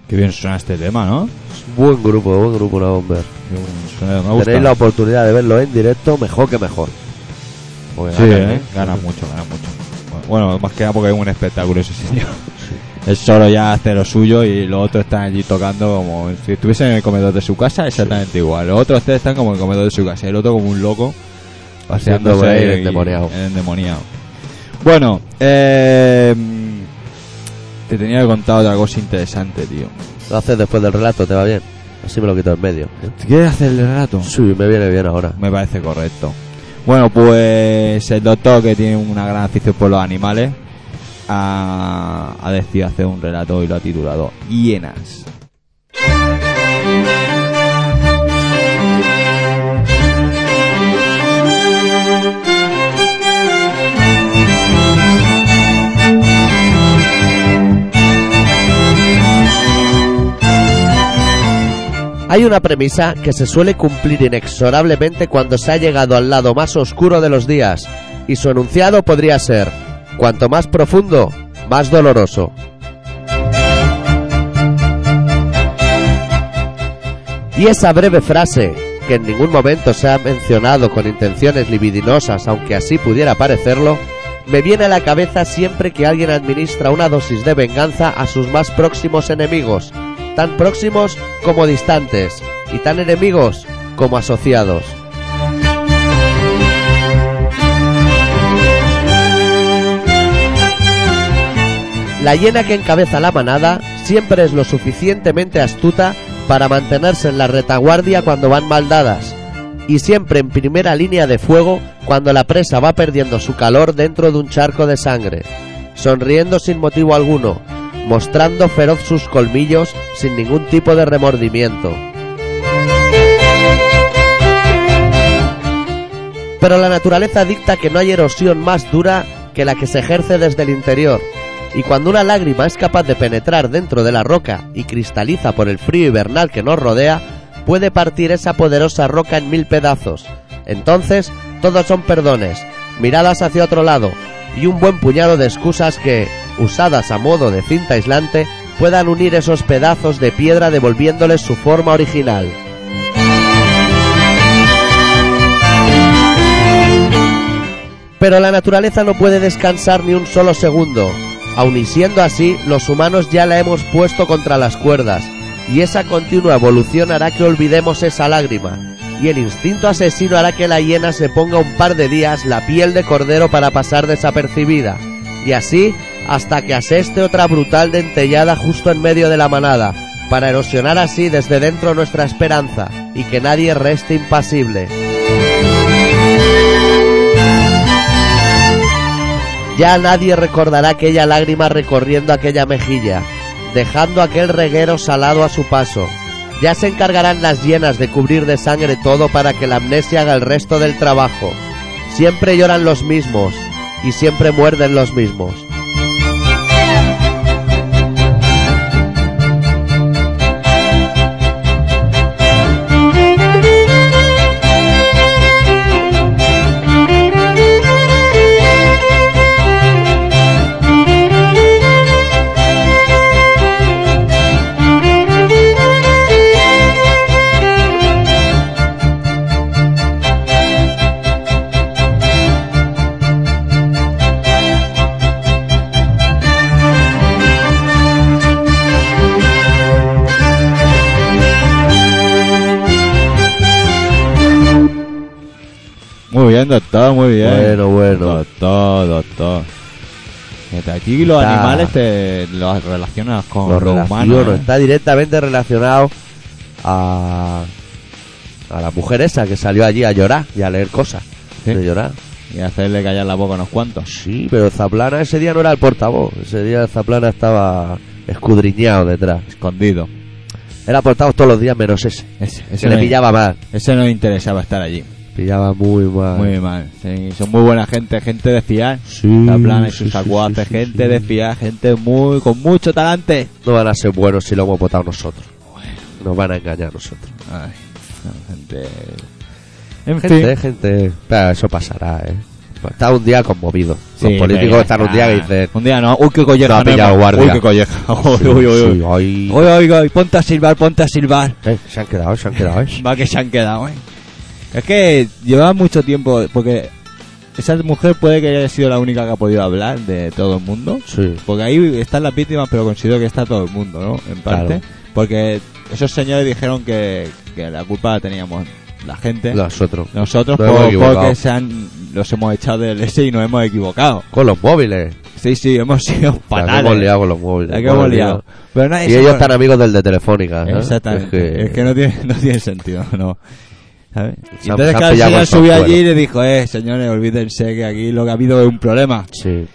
Qué bien suena este tema, ¿no?
Buen grupo, buen grupo una bomber.
Suena- Me gusta.
Tenéis la oportunidad de verlo en directo, mejor que mejor. Porque
Sí,
ganan,
¿eh?
¿eh?
gana mucho, gana mucho. Bueno, Bueno, más que nada porque es un espectáculo ese señor. Él solo ya hace lo suyo y los otros están allí tocando como si estuviesen en el comedor de su casa, exactamente igual. Los otros tres están como en el comedor de su casa y el otro como un loco
Paseando
paseándose
por ahí,
y-
el endemoniado.
el endemoniado. Bueno, eh, te tenía que contar otra cosa interesante, tío.
Lo haces después del relato, ¿te va bien? Así me lo quito en medio. ¿eh?
¿Quieres hacer el rato?
Sí, me viene bien ahora.
Me parece correcto. Bueno, pues el doctor que tiene una gran afición por los animales ha, ha decidido hacer un relato y lo ha titulado Hienas.
Hay una premisa que se suele cumplir inexorablemente cuando se ha llegado al lado más oscuro de los días, y su enunciado podría ser, cuanto más profundo, más doloroso. Y esa breve frase, que en ningún momento se ha mencionado con intenciones libidinosas, aunque así pudiera parecerlo, me viene a la cabeza siempre que alguien administra una dosis de venganza a sus más próximos enemigos, tan próximos como distantes, y tan enemigos como asociados. La hiena que encabeza la manada siempre es lo suficientemente astuta para mantenerse en la retaguardia cuando van mal dadas, y siempre en primera línea de fuego cuando la presa va perdiendo su calor dentro de un charco de sangre, sonriendo sin motivo alguno, mostrando feroz sus colmillos sin ningún tipo de remordimiento. Pero la naturaleza dicta que no hay erosión más dura que la que se ejerce desde el interior. Y cuando una lágrima es capaz de penetrar dentro de la roca y cristaliza por el frío hibernal que nos rodea, puede partir esa poderosa roca en mil pedazos. Entonces, todos son perdones, miradas hacia otro lado y un buen puñado de excusas que, usadas a modo de cinta aislante, puedan unir esos pedazos de piedra devolviéndoles su forma original. Pero la naturaleza no puede descansar ni un solo segundo. Aun y siendo así, los humanos ya la hemos puesto contra las cuerdas, y esa continua evolución hará que olvidemos esa lágrima, y el instinto asesino hará que la hiena se ponga un par de días la piel de cordero para pasar desapercibida, y así hasta que aseste otra brutal dentellada justo en medio de la manada, para erosionar así desde dentro nuestra esperanza, y que nadie reste impasible. Ya nadie recordará aquella lágrima recorriendo aquella mejilla, dejando aquel reguero salado a su paso. Ya se encargarán las hienas de cubrir de sangre todo para que la amnesia haga el resto del trabajo. Siempre lloran los mismos y siempre muerden los mismos.
Muy bien, doctor, muy bien.
Bueno, bueno.
Doctor, doctor. Desde aquí los
Está-
animales te los relacionas con
lo
los,
relaciono,
humanos. ¿eh?
está directamente relacionado a, a la mujer esa que salió allí a llorar y a leer cosas.
Sí.
De llorar.
Y hacerle callar la boca a unos cuantos.
Sí, pero Zaplana ese día no era el portavoz. Ese día Zaplana estaba escudriñado detrás.
Escondido.
Era portavoz todos los días menos ese.
Ese,
Se
ese,
le
no,
pillaba mal.
ese no le interesaba estar allí.
Pillaba muy mal.
Muy mal. Sí, son muy buena gente, gente de fiar.
Sí,
La plana y
sí,
sus
sí,
acuates,
sí, sí,
gente
sí.
de fiar, gente muy con mucho talante.
No van a ser buenos si lo hemos votado nosotros. Nos van a engañar nosotros.
Ay, no, gente. En
Gente,
fin,
gente. Claro, eso pasará, eh. Está un día conmovido.
Sí,
Los
pero
políticos
ya
están un día que
está.
dicen.
Un día no, uy, qué colleja.
Lo ha
no
pillado
hemos-
guardia.
Uy, qué colleja. Uy, uy, uy, uy.
Sí, ay.
Oye, oiga, y ponte a silbar, ponte a silbar.
Eh, se han quedado, se han quedado, eh.
Va que se han quedado, ¿eh? Es que llevaba mucho tiempo, porque esa mujer puede que haya sido la única que ha podido hablar de todo el mundo.
Sí.
Porque ahí están las víctimas, pero considero que está todo el mundo, ¿no? En parte.
Claro.
Porque esos señores dijeron que, que la culpa la teníamos la gente.
Nosotros.
Nosotros
Nos hemos
por-
equivocado.
porque se han, los hemos echado del S y nos hemos equivocado.
Con los móviles.
Sí, sí, hemos
La
sido
que
fatales.
hemos liado con los móviles.
La eh. que hemos
madre mía.
liado. Pero nadie
Y
se
ellos
acuerda.
están amigos del de Telefónica. ¿eh?
Exactamente.
Es que,
no tiene, no tiene sentido, no. ¿Sabes? Y
Se han-
entonces,
se han
claro, el
pillado
señor
con
subió
Sanjuelo.
allí y le dijo, eh, señores, olvídense que aquí lo que ha habido es un problema,
Sí.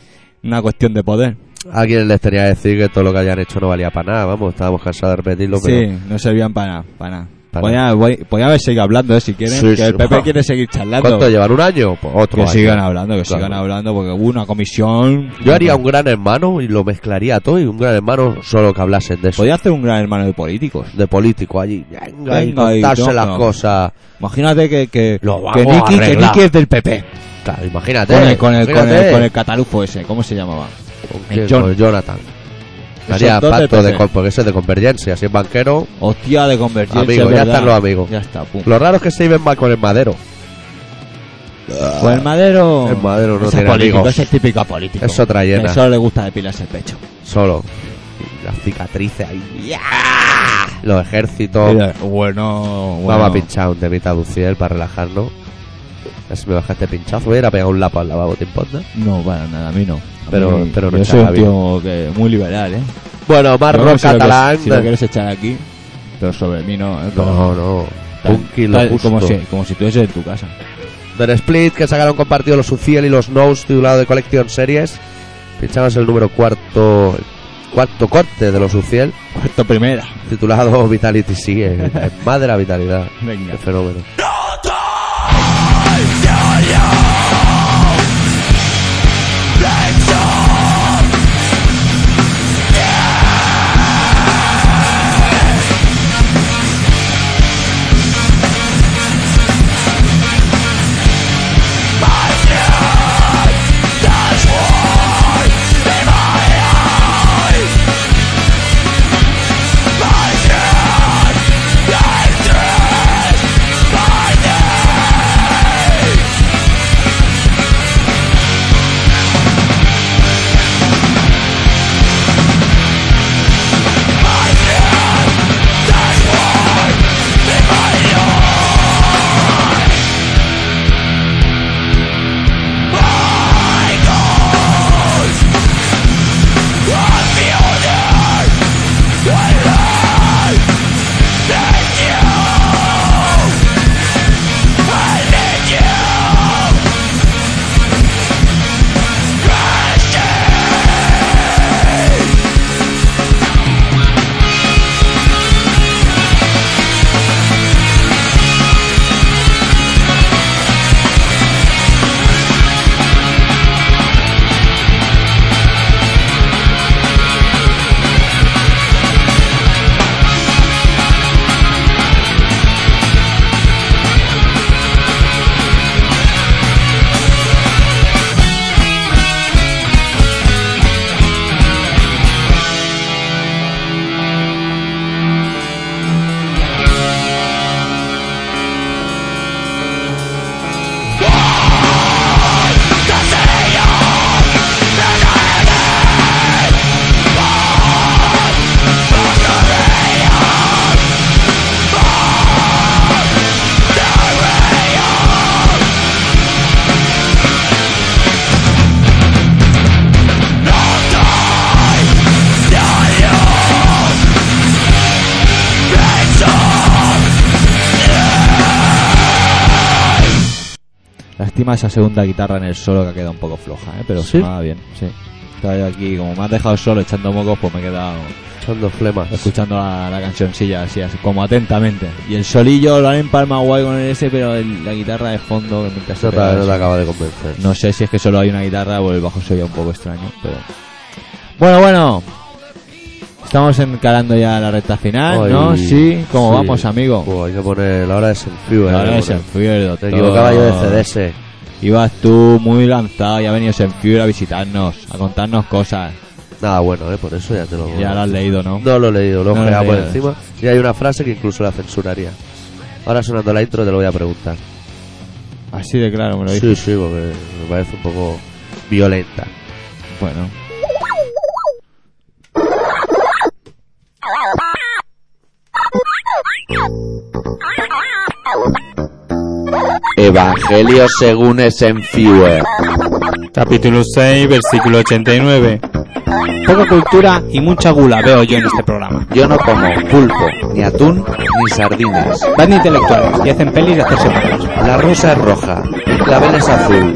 una cuestión de poder.
A quienes les tenía que decir que todo lo que hayan hecho no valía para nada. Vamos, estábamos cansados de repetirlo, pero.
Sí, no servían para nada, para nada.
Para
Podían, voy- podían haber seguido hablando, eh, si quieren,
Sí,
que
sí,
el PP
va.
quiere seguir charlando.
¿Cuánto llevan? ¿Un año? Pues otro
Que
año.
sigan hablando, que sigan
Claro.
hablando, porque hubo una comisión...
Yo haría un gran hermano y lo mezclaría todo. Y un gran hermano solo que hablasen de eso.
Podía hacer un gran hermano de políticos.
De político allí. Venga, y
Venga, y
contarse
no,
las
no.
cosas.
Imagínate que, que,
Lo
que,
vamos a
Nicky, que
arreglar.
Nicky es del PP.
Claro, imagínate.
Con el, con, el, con, el,
imagínate.
con el catalufo ese, ¿cómo se llamaba?
¿Con
el
quién?
John.
Con Jonathan.
Esos
Haría
dos del
pacto de,
PC.
con- porque ese es de convergencia. Si es banquero,
Hostia de convergencia.
Amigo, ya
es verdad.
están los amigos.
Ya está, pum.
Lo raro es que se iban mal con el madero.
Pues el madero.
El madero no
ese
tiene
político,
amigos.
Ese es típico político.
Es otra hiena.
Que solo le gusta depilarse el pecho.
Solo. Las cicatrices ahí. Los ejércitos.
Mira, Bueno, bueno.
Vamos a pinchar un temita Duciel para relajarnos. Ya si me bajaste pinchazo, voy a ir a pegar un lapo al lavabo, ¿te importa?
No, para nada, a mí no. A
Pero-
mí-
pero no
yo soy
está
un tío que, muy liberal, ¿eh?
Bueno, más
No,
rock
si lo
catalán.
quieres- si lo quieres echar aquí, pero sobre mí no. ¿eh? Como-
no, no.
tal-
Punky lo
tal-
justo.
como si, como si estuviese en tu casa.
Del Split, que sacaron compartido los Uciel y los Nous, titulado de Collection Series. Pinchamos el número cuarto. Cuarto corte de los Uciel,
Cuarto primera.
titulado Vitality Sigue. Es madre la vitalidad. Qué
Venga.
fenómeno.
Yeah.
Lástima esa segunda guitarra en el solo que ha quedado un poco floja, ¿eh? pero
¿Sí?
sonaba bien, sí. Estaba yo aquí, como me has dejado solo echando mocos, pues me he quedado
Echando flemas.
escuchando la, la cancioncilla así, así, como atentamente. Y el solillo lo han empalmado guay con el S, pero el- la guitarra de fondo que nunca se
Eso
pega,
no
sí.
te acaba de convencer.
No sé si es que solo hay una guitarra o el bajo se oía un poco extraño, pero... Bueno, bueno. Estamos encarando ya la recta final,
Ay,
¿no? Sí, ¿cómo
sí.
vamos, amigo?
Pues hay que poner la hora de Senfiu, eh.
La verdad
Hay
es
que poner.
Senfuer, doctor.
Te equivocaba yo de CDS.
Ibas tú muy lanzado y ha venido Senfuer a visitarnos, a contarnos cosas.
Nada bueno, eh, por eso ya te lo
Ya lo has leído, ¿no?
No lo he leído, lo he
No lo
ojeado
he
por
leído.
encima. Y hay una frase que incluso la censuraría. Ahora sonando la intro te lo voy a preguntar.
Así de claro me lo dijo.
Sí, sí, porque me parece un poco violenta.
Bueno.
Evangelio según Esenfiue.
Capítulo 6, versículo 89. Poca cultura y mucha gula veo yo en este programa.
Yo no como pulpo, ni atún, ni sardinas.
Van de intelectuales y hacen pelis de hacerse malos.
La rosa es roja, el clavel es azul.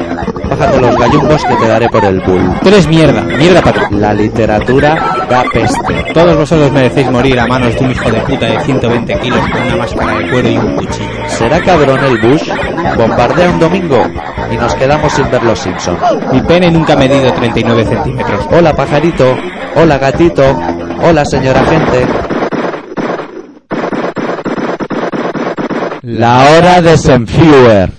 Bájate los gallumbos que te daré por el bull.
Tú eres mierda, mierda para ti.
La literatura da peste.
Todos vosotros merecéis morir a manos de un hijo de puta de 120 kilos con una máscara de cuero y un cuchillo.
¿Será cabrón el Bush? Bombardea un domingo y nos quedamos sin ver los Simpsons.
Mi pene nunca ha medido 39 centímetros.
Hola pajarito, hola gatito, hola señora gente. La hora de Senfuer.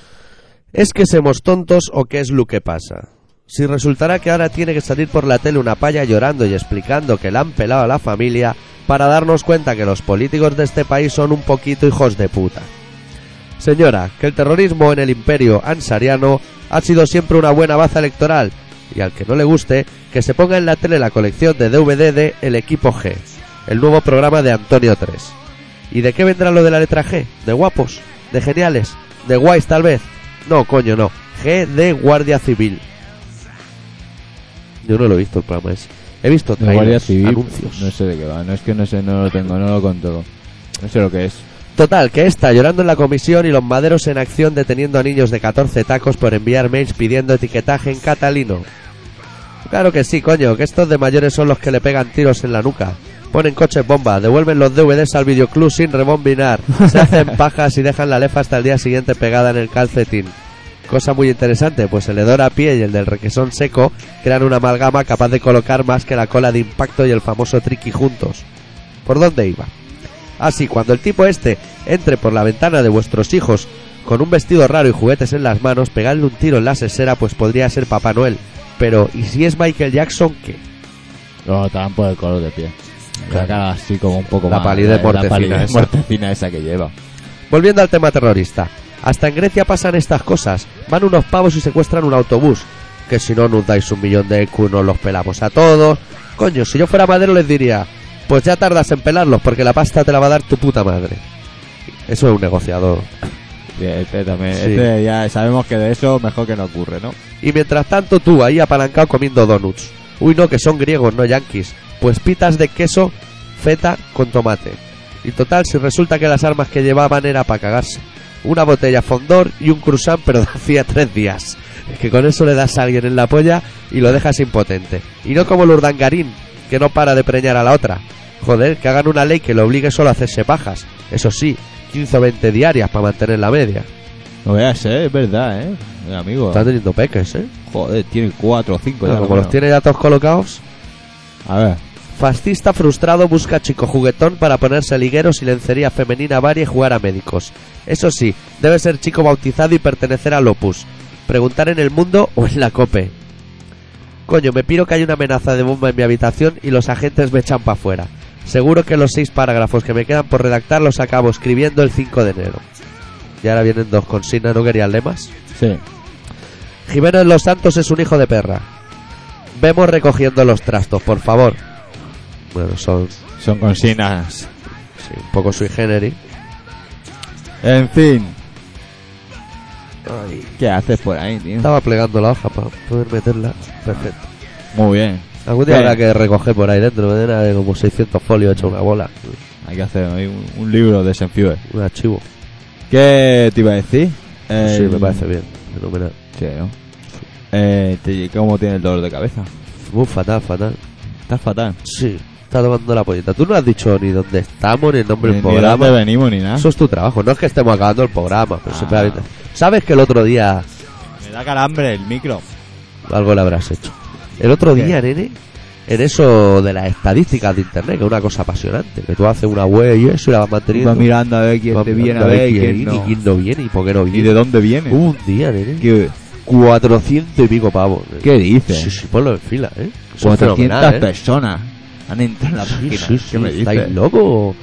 ¿Es que somos tontos o qué es lo que pasa? Si resultará que ahora tiene que salir por la tele una paya llorando y explicando que la han pelado a la familia para darnos cuenta que los políticos de este país son un poquito hijos de puta. Señora, que el terrorismo en el imperio ansariano ha sido siempre una buena baza electoral y al que no le guste, que se ponga en la tele la colección de DVD de El Equipo G, el nuevo programa de Antonio 3. ¿Y de qué vendrá lo de la letra G? ¿De guapos? ¿De geniales? ¿De guays tal vez? No, coño, no. G de Guardia Civil. Yo no lo he visto el programa ese. He visto
La
trailers,
Guardia Civil.
anuncios.
No sé de qué va. No es que no sé, no lo tengo, no lo controlo. No sé lo que es.
Total, que está llorando en la comisión y los maderos en acción deteniendo a niños de 14 tacos por enviar mails pidiendo etiquetaje en catalino. Claro que sí, coño, que estos de mayores son los que le pegan tiros en la nuca. Ponen coches bomba, devuelven los DVDs al videoclub sin rebombinar, se hacen pajas y dejan la lefa hasta el día siguiente pegada en el calcetín. Cosa muy interesante, pues el hedor a pie y el del requesón seco crean una amalgama capaz de colocar más que la cola de impacto y el famoso triqui juntos. ¿Por dónde iba? Así, cuando el tipo este entre por la ventana de vuestros hijos con un vestido raro y juguetes en las manos, pegadle un tiro en la sesera, pues podría ser Papá Noel. Pero, ¿y si es Michael Jackson qué?
No, te dan por el color de piel. La cara así como un poco
La
más.
palidez
La
mortecina
palidez
esa.
mortecina esa que lleva.
Volviendo al tema terrorista. Hasta en Grecia pasan estas cosas. Van unos pavos y secuestran un autobús. Que si no nos dais un millón de EQ nos los pelamos a todos. Coño, si yo fuera madero les diría, pues ya tardas en pelarlos porque la pasta te la va a dar tu puta madre. Eso es un negociador.
Sí, Este también.
Sí.
Este ya sabemos que de eso mejor que no ocurre, ¿no?
Y mientras tanto tú ahí apalancado comiendo donuts. Uy no, que son griegos, no yanquis. Pues pitas de queso, feta con tomate. Y total, si resulta que las armas que llevaban era para cagarse. Una botella fondor y un cruzán, pero de hacía tres días. Es que con eso le das a alguien en la polla y lo dejas impotente. Y no como el urdangarín, que no para de preñar a la otra. Joder, que hagan una ley que lo obligue solo a hacerse pajas. Eso sí, 15 o 20 diarias para mantener la media.
No veas, ¿eh? Es verdad, ¿eh? El amigo.
Está teniendo peques, ¿eh?
Joder, tiene cuatro o cinco. Pues ya
Como
lo
los tiene ya todos colocados.
menos. A ver.
Fascista frustrado busca chico juguetón para ponerse ligueros y lencería femenina varia y jugar a médicos. Eso sí, debe ser chico bautizado y pertenecer al Opus. Preguntar en el mundo o en la COPE. Coño, me piro que hay una amenaza de bomba en mi habitación y los agentes me echan para afuera. Seguro que los seis parágrafos que me quedan por redactar los acabo escribiendo el 5 de enero. Y ahora vienen dos consignas, ¿no querían lemas?
Sí.
Jiménez Los Santos es un hijo de perra. Vemos recogiendo los trastos, por favor. Bueno, son
Son consignas.
sí, un poco sui generis.
En fin. ¿Qué haces por ahí, tío?
Estaba plegando la hoja para poder meterla. Perfecto.
Muy bien.
Algún día
Bien.
habrá que recoger por ahí dentro. Me de como 600 folios hecho una bola.
Hay que hacer ahí un, un libro de Senfiewer.
Un archivo.
¿Qué te iba a decir?
Sí,
Eh,
me parece bien. Fenomenal.
Sí, ¿no? Eh, te- ¿Cómo tiene el dolor de cabeza?
Muy fatal, fatal.
Estás fatal.
Sí, está tomando la pollita. Tú no has dicho ni dónde estamos, ni el nombre
Ni,
del
ni de dónde
programa.
venimos ni nada.
Eso es tu trabajo. No es que estemos acabando el programa. Pero
Ah.
siempre habita- ¿Sabes que el otro día
Me da calambre el micro.
algo le habrás hecho. El otro
¿Qué?
día, nene, en eso de las estadísticas de internet, que es una cosa apasionante, que tú haces una web y eso y la vas manteniendo.
Va mirando a ver quién
Vas
te viene, a
mirando
ver quién
viene y
no.
quién no Uh, viene y por qué no
¿Y
viene.
de dónde viene?
Hubo un día, nene,
¿Qué,
400 y pico pavos. nene.
qué dices?
Sí, sí, ponlo en fila, ¿eh? Eso es
400
fenomenal, ¿eh?
personas han entrado en la
Sí,
página.
sí, sí,
¿Qué me
¿Estáis
dices?
locos?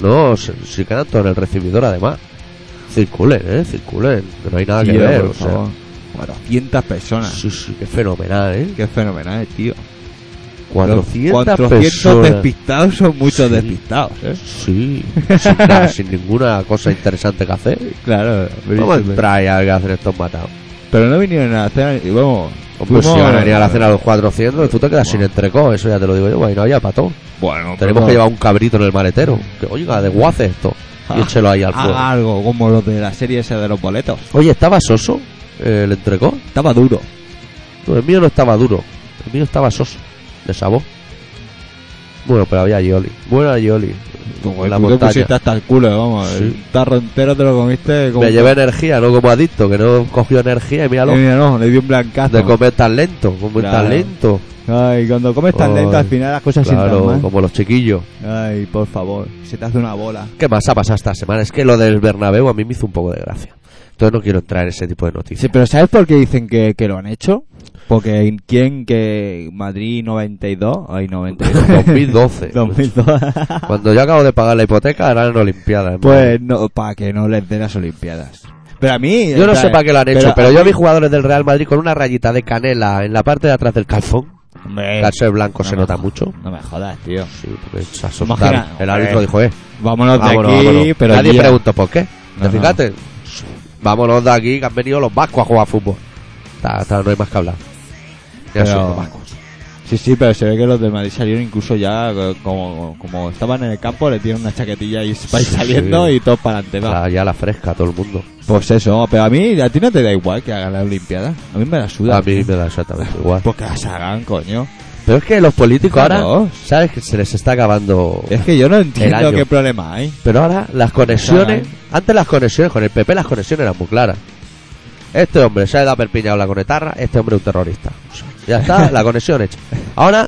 No, si, si quedan todos en el recibidor, además. Circulen, ¿eh? Circulen. que No hay nada que
Tío,
ver,
por
o sea.
favor. 400 personas.
Sí, sí, qué fenomenal, ¿eh?
Qué fenomenal, tío.
400,
400
personas.
despistados son muchos
Sí.
despistados, ¿eh?
Sí, sin, nada, sin ninguna cosa interesante que hacer.
Claro.
Vamos a entrar y a ver qué hacen estos matados.
Pero no vinieron a hacer... y Vamos...
Pues si
fuimos-
van a venir a la cena los 400, tú te quedas sin entrecó, eso ya te lo digo yo, bueno, no había patón.
Bueno,
Tenemos
pero-
que llevar un cabrito en el maletero. Que oiga, de guace esto.
Ah.
Y échelo ahí al fuego.
Haga algo como los de la serie esa de los boletos.
Oye, ¿estaba soso eh, el entrecó?
Estaba duro.
No, el mío no estaba duro. El mío estaba soso, de sabor. Bueno, pero había Yoli. Buena Yoli.
Como
la
tú te
montaña.
pusiste hasta el culo, vamos. El tarro entero te lo comiste como...
Me llevé energía, no como adicto, que no cogió energía y míralo.
Eh, mira, no, le dio un blancazo.
De comer tan lento, comer
Claro.
tan lento.
Ay, cuando comes tan
Ay,
lento al final las cosas se
Claro,
entan mal.
como los chiquillos.
Ay, por favor, se te hace una bola.
¿Qué más ha pasado esta semana? Es que lo del Bernabéu a mí me hizo un poco de gracia. Entonces no quiero entrar en ese tipo de noticias.
Sí, pero ¿sabes por qué dicen que, que lo han hecho? Porque quieren que Madrid 92, ay 92,
2012.
2002,
Cuando yo acabo de pagar la hipoteca, harán Olimpiadas.
Ah. pues no, para que no les den las Olimpiadas. Pero a mí...
yo no
o sea,
sé para qué lo han hecho, pero,
a
yo
mí-
vi jugadores del Real Madrid con una rayita de canela en la parte de atrás del calzón.
Hombre,
El calzón blanco
no
se
me
nota
jodas,
mucho.
No me jodas, tío.
Sí, porque se asustaron.
Imagina,
El árbitro dijo, eh,
Vámonos de
vámonos,
aquí,
vámonos.
pero
Nadie
ya-
preguntó por qué.
No, no.
Fíjate, vámonos de aquí que han venido los vascos a jugar fútbol. Ta- ta, no hay más que hablar. Ya
Pero-
son los vascos.
Sí, sí, pero se ve que los del Madrid salieron incluso ya, eh, como, como estaban en el campo, le dieron una chaquetilla y vais
Sí,
saliendo
sí.
y todos para adelante. va.
Está ya la fresca todo el mundo.
Pues eso, pero a mí, a ti no te da igual que hagan la Olimpiada. A mí me la suda.
A mí me da exactamente igual.
Porque las hagan, coño.
Pero es que los políticos ahora,
Claro.
¿sabes? Que se les está acabando.
Es que yo no
El
entiendo
año.
qué problema hay.
Pero ahora las conexiones.
Claro,
Antes las conexiones, con el PP las conexiones eran muy claras. Este hombre se ha dado perpiñado la conetarra, este hombre es un terrorista. O sea, ya está, la conexión hecha. Ahora,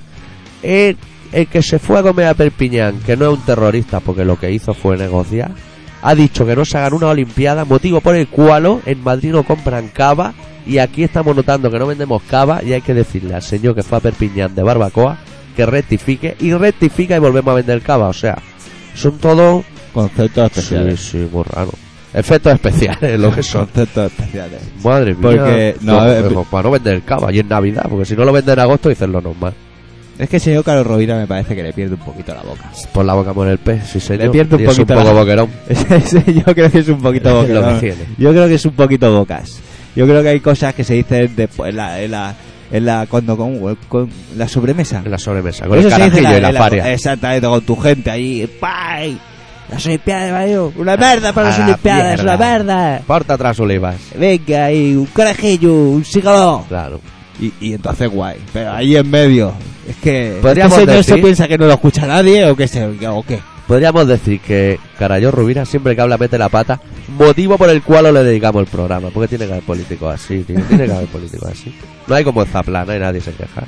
el, el que se fue a comer a Perpiñán, que no es un terrorista porque lo que hizo fue negociar, ha dicho que no se hagan una olimpiada, motivo por el cual en Madrid no compran cava y aquí estamos notando que no vendemos cava y hay que decirle al señor que fue a Perpiñán de barbacoa que rectifique y rectifica y volvemos a vender cava. O sea, son todos...
Conceptos
Sí,
especiales.
sí, muy raro. Efectos especiales, lo que son.
Conceptos especiales.
Madre mía.
Porque, no, eh, a ver,
para no vender cava y en Navidad, porque si no lo venden en agosto dicen lo normal.
Es que el señor Carlos Rovira me parece que le pierde un poquito la boca.
Por la boca por el pez, si se
Le pierde un poquito
un poco
la-
boquerón.
Ese- ese Yo creo que es un poquito
Es lo que
boquerón.
tiene.
Yo creo que es un poquito bocas. Yo creo que hay cosas que se dicen después en la, en la, en la- cuando con, con la sobremesa.
En la sobremesa, con el
Eso se dice en eh.
carajillo y
en
la, paria.
Exactamente, con tu gente ahí. ¡Pay! Las Olimpiadas de Mayo. Una mierda para
a
las
la
Olimpiadas, una
Ah, mierda.
mierda.
Porta atrás, Olivas.
Venga, y un carajillo, un cigarro.
Claro.
Y, y entonces guay. Pero ahí en medio. Es que.
Podríamos
este señor se
decir-
piensa que no lo escucha nadie o qué sé, o qué.
Podríamos decir que Carayó Rubira siempre que habla mete la pata, motivo por el cual no le dedicamos el programa. Porque tiene que haber políticos así, tío. Tiene que haber políticos así. No hay como en Zaplana y nadie se queja.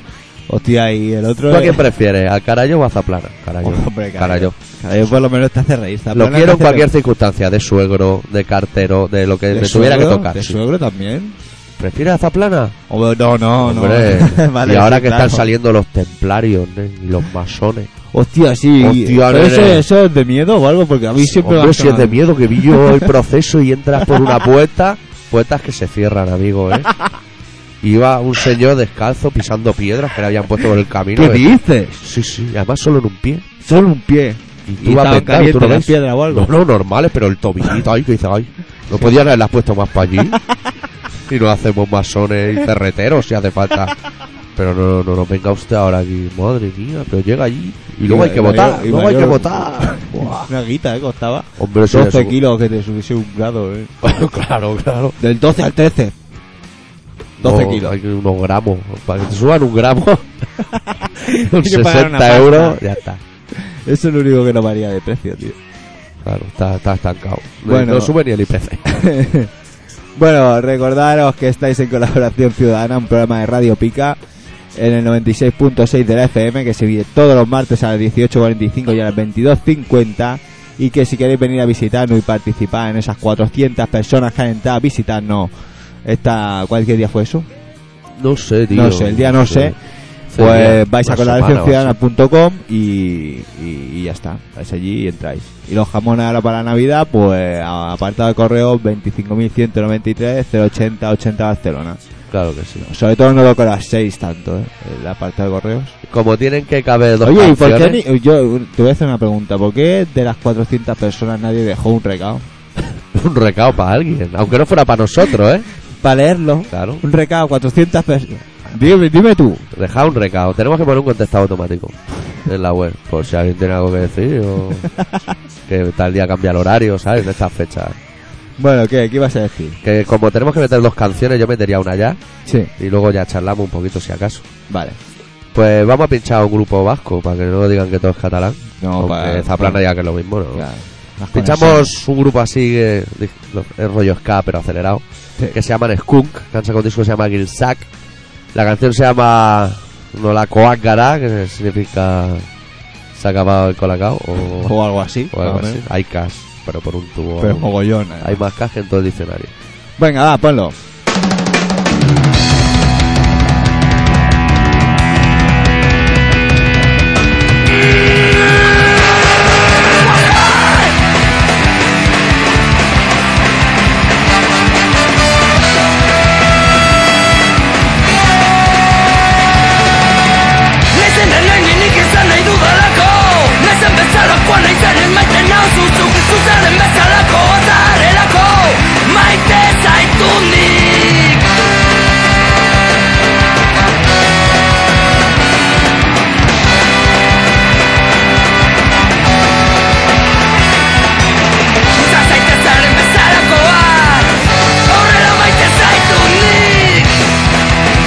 Hostia, y el otro.
¿Tú a
eh,
quién prefieres? ¿A Carayó o a Zaplana? Carayó.
Hombre,
Carayó.
Carayó. Carayó por lo menos te hace reír.
Lo
Zaplana te
quiero en
hace
cualquier
reír.
circunstancia, de suegro, de cartero, de lo que
¿De
me tuviera que
suegro?
tocar.
¿De
sí.
suegro también?
¿Prefieres a Zaplana?
Hombre, no, no,
Hombre,
no. Vale,
y ahora
sí,
que
claro.
están saliendo los templarios nen, y los masones.
Hostia, sí.
Hostia,
Pero eso,
nene.
eso es de miedo o algo, porque a mí siempre me
Hombre,
han
si es de
sonado.
miedo que vi yo el proceso y entras por una puerta, puertas que se cierran, amigo, ¿eh? Iba un señor descalzo pisando piedras que le habían puesto por el camino.
¿Qué
¿eh?
dices?
Sí, sí, además solo en un pie.
Solo un pie.
Y tú
Y
vas
estaban
vendado, tú
calientes
no
las
ves.
piedras o algo.
No, no, normales, pero el tobillito ahí que dice, ay, no podían haberlas puesto más para allí. Y nos hacemos masones y cerreteros si hace falta. Pero no, no, no venga usted ahora aquí, madre mía, pero llega allí. Y luego hay que
Y
votar,
mayor- y
luego hay que
mayor-
votar. Buah.
Una guita, ¿eh? Costaba.
Hombre, eso
12 kilos que te subiese un grado, ¿eh?
claro, claro.
Del 12 al 13. 12
No,
kilos.
Hay que unos gramos. Para que te suban un gramo, con
que pagar
60
una pasta.
euros, ya está.
Eso es lo único que no varía de precio, tío.
Claro, está, está estancado. No-
Bueno.
No sube ni el IPC.
bueno, recordaros que estáis en Colaboración Ciudadana, un programa de Radio Pica en el 96.6 de la FM que se vive todos los martes a las 18.45 y a las 22.50 y que si queréis venir a visitarnos y participar en esas 400 personas que han entrado a visitarnos esta cualquier día fue eso
No sé, tío.
no sé el día no sé
Sería
pues vais a
una semana o así.
colaboracionciudadana.com y, y, y ya está. Vais allí y entráis. Y los jamones ahora para Navidad, pues a- apartado de correo 25.193-080-80 Barcelona.
Claro que sí.
Sobre todo no lo con las 6 tanto, ¿eh? el apartado de correos.
Como tienen que caber dos
Oye, ¿y por qué
canciones,
ni- yo te voy a hacer una pregunta. ¿Por qué de las 400 personas nadie dejó un recado?
un recado para alguien, aunque no fuera para nosotros, ¿eh?
Para leerlo.
Claro.
Un recado, 400 personas. Dime, dime tú.
Dejad un recado. Tenemos que poner un contestado automático en la web, por si alguien tiene algo que decir o que tal día cambia el horario, ¿sabes? En estas fechas.
Bueno, ¿qué, ¿Qué ibas a decir?
Que como tenemos que meter dos canciones, yo metería una ya
Sí,
y luego ya charlamos un poquito si acaso.
vale.
Pues vamos a pinchar a un grupo vasco para que no digan que todo es catalán.
No,
aunque
para.
Zaplana ya que es lo mismo, ¿no?
Claro. Las conexiones.
Pinchamos un grupo así que es rollo ska pero acelerado.
Sí.
que se llaman Skunk, que han sacado un disco que se llama Gilsack. La canción se llama No la Coácara, que significa se ha acabado el colacao o,
o algo así.
o algo
más o
así.
menos.
Hay cas, pero por un tubo.
Pero mogollón. eh.
Hay más cas que en todo el diccionario.
Venga, va, ponlo.
Naizenen langin izan nahi dudalako Naizen bezalakoa naizenen maite nauzu Zuk zuzaren bezalako ozarelako Maite zaitunik Izan zaitezaren bezalakoa Horrela maite zaitunik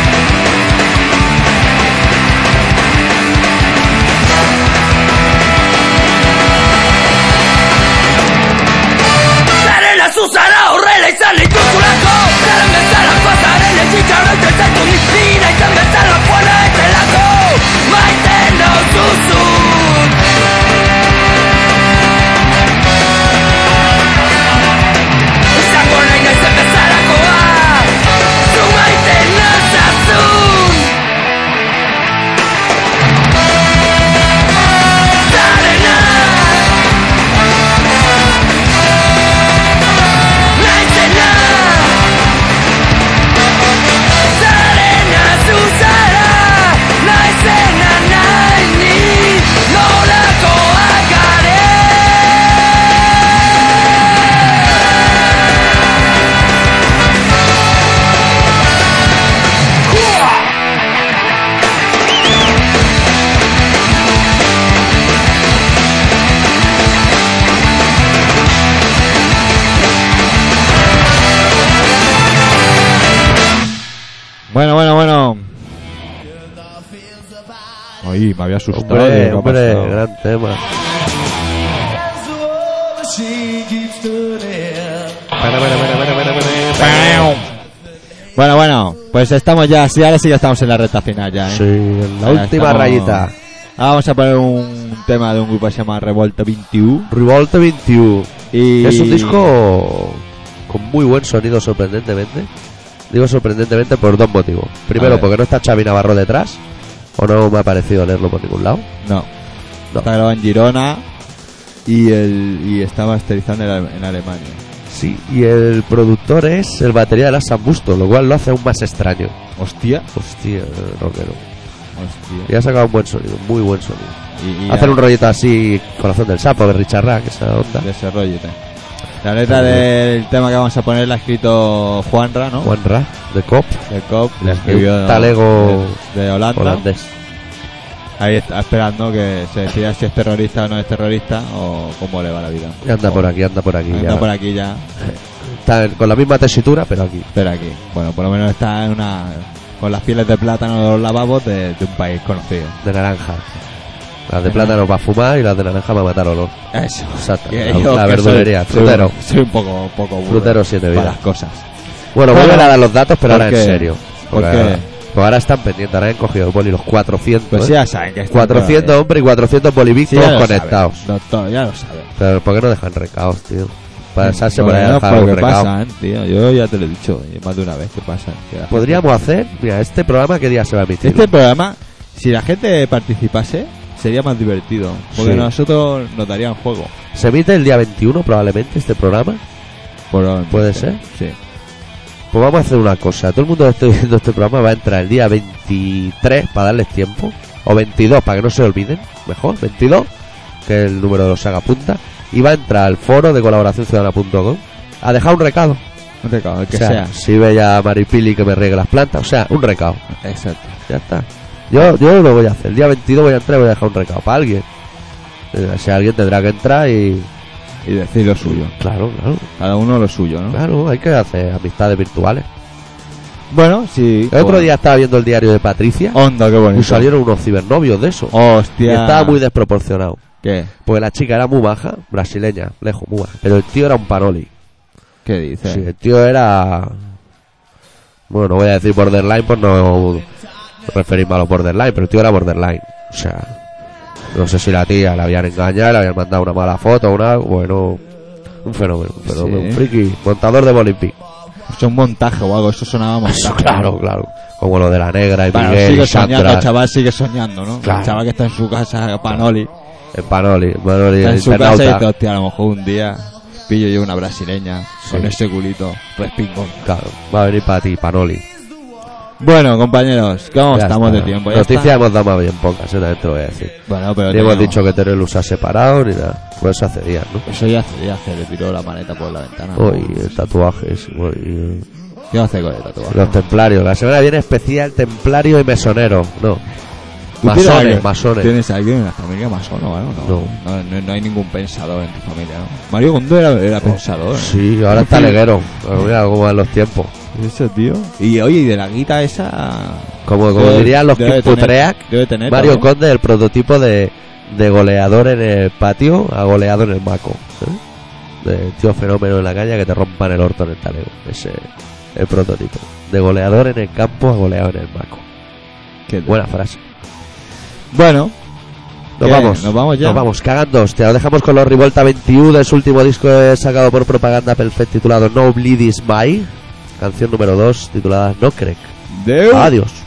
Zaren azuzara horrela izan dituzulako Zaren bezala
Bueno, bueno, bueno. Ay, me había asustado.
Hombre,
digo, ¿qué ha
hombre,
pasado?
gran tema.
Bueno, bueno, pues estamos ya, sí, ahora sí ya estamos en la recta final ya, ¿eh?
Sí, en la
Ahora
última
estamos-
rayita.
Ahora vamos a poner un tema de un grupo que se llama Revolta 21
Revolte 21.
y...
Es un disco con muy buen sonido, sorprendentemente. Digo sorprendentemente por dos motivos.
A
Primero,
ver.
porque no está Xavi Navarro detrás. O no me ha parecido leerlo por ningún lado.
No,
No.
está grabado en Girona y, el, y está masterizando en, Ale- en Alemania.
Sí, y el productor es el batería de las Sambusto, lo cual lo hace aún más extraño.
Hostia,
Hostia, rockero.
hostia.
Y ha sacado un buen sonido, muy buen sonido.
Y, y
Hacer un rollito así, corazón del sapo, de Richard Rack, esa onda.
Desarrollate. La letra del tema que vamos a poner la ha escrito Juanra, ¿no?
Juan Ra, de Cop,
De Cop, la
Un
escribió ¿no?
talego
de, de Holanda.
holandés.
Ahí está, esperando que se decida si es terrorista o no es terrorista o cómo le va la vida.
Y anda por aquí, anda por aquí.
Anda
ya.
por aquí ya,
Está en- con la misma tesitura, pero aquí.
pero aquí. Bueno, por lo menos está en una con las pieles de plátano de los lavabos de, de un país conocido.
De naranja. Las de plátano para fumar y las de naranja para matar olor.
Eso.
Exacto.
Que
La,
yo
la
que
verdulería,
soy- soy un-
frutero.
Soy, un poco, un poco burro
Frutero siete
para
vidas.
las cosas.
Bueno,
Bueno,
vuelven a dar los datos, pero
¿por
ahora en
qué?
serio.
¿Por
Porque
qué?
ahora- Pues ahora están pendientes, ahora han cogido el boli los 400.
Pues
¿eh?
ya saben que es
400 hombres y 400 bolivic
Sí, ya
todos
lo
conectados.
saben, doctor, ya lo saben.
Pero ¿por qué no dejan recaos, tío? Para echarse por
Por
ahí a
Pues lo menos
dejar
porque
un recao.
pasan, tío. Yo ya te lo he dicho eh, más de una vez que pasan. que la gente-
Podríamos hacer, mira, este programa, ¿qué día se va a emitir?
Este programa, si la gente participase, sería más divertido. Porque
Sí.
nosotros nos darían juego.
Se emite el día 21 probablemente este programa.
Probablemente.
¿Puede ser?
Sí.
Pues vamos a hacer una cosa. Todo el mundo que esté viendo este programa va a entrar el día 23 para darles tiempo. O 22 para que no se olviden. Mejor, 22, que es el número de los saga punta. Y va a entrar al foro de colaboraciónciudadana.com a dejar un recado.
Un recado, el que
o sea,
sea.
si ve ya a Maripili que me riegue las plantas. O sea, un recado.
Exacto.
Ya está. Yo, yo lo voy a hacer. El día 22 voy a entrar y voy a dejar un recado para alguien. Eh, Si alguien tendrá que entrar y.
Y decir lo suyo.
Claro, claro.
Cada uno lo suyo, ¿no?
Claro, hay que hacer amistades virtuales.
Bueno, sí.
El otro día estaba viendo el diario de Patricia
Onda, qué bonito.
y salieron unos cibernovios de eso. y
Hostia.
estaba muy desproporcionado.
¿Qué?
Porque la chica era muy baja, brasileña, lejos, muy baja. Pero el tío era un paroli.
¿Qué dices?
Sí, el tío era. Bueno, no voy a decir borderline por no referirme a los borderline, pero el tío era borderline. O sea, no sé si la tía la habían engañado, le habían mandado una mala foto, una. Bueno, un fenómeno, un fenómeno,
Sí.
un friki, montador de Bolímpic.
Eso es un montaje o algo. Eso sonaba montaje.
Eso, claro, claro. Como lo de la negra y
Bueno,
Miguel y
sigue soñando,
Sandra.
el chaval sigue soñando, ¿no?
Claro.
El chaval que está en su casa, Panoli.
El Panoli, el Panoli,
Está
el
en su casa y dice,
internauta.
hostia, a lo mejor un día pillo yo una brasileña con ese culito respingón.
Claro, va a venir para ti, Panoli.
Bueno, compañeros, ¿cómo
Ya
estamos
está.
de tiempo? ¿Ya
Noticias
está?
hemos dado más bien pocas, eh, también te lo voy a decir.
Bueno, pero
Ni hemos
tenemos-
dicho que Teruel se ha separado ni nada. Pues eso hace días, ¿no?
Eso ya hace, ya hace, le tiró la maleta por la ventana.
Uy, el tatuajes, uy,
¿Qué va a hacer con el
eh,
tatuaje?
los templarios. La semana viene especial templario y mesonero. No,
¿Tú tienes
masones,
alguien-
masones.
¿Tienes alguien en la familia masón o algo?
No.
No.
Oh,
No, no, no hay ningún pensador en tu familia, ¿no? Mario Gondo era, era pensador. ¿eh?
Sí, ahora está leguero. Pero mira cómo van los tiempos.
Ese tío. Y oye, y de la guita esa.
Como, Pues como
Debe-
dirían los
debe tener-
Kimputreak,
Debe tener.
Mario
todo, ¿no?
Conde, el prototipo de, de goleador en el patio a goleado en el maco. ¿eh? De tío fenómeno en la calle que te rompan el orto en el talego. Ese es el prototipo. De goleador en el campo a goleado en el maco.
Qué-
Buena frase.
Bueno,
Nos
¿qué?
vamos.
Nos vamos ya.
Nos vamos, cagando, hostia. Lo dejamos con los Rivolta 21 de su último disco sacado por Propaganda Perfect titulado No Bleed Is My. Canción número 2 titulada No Crack.
Deu.
Adiós.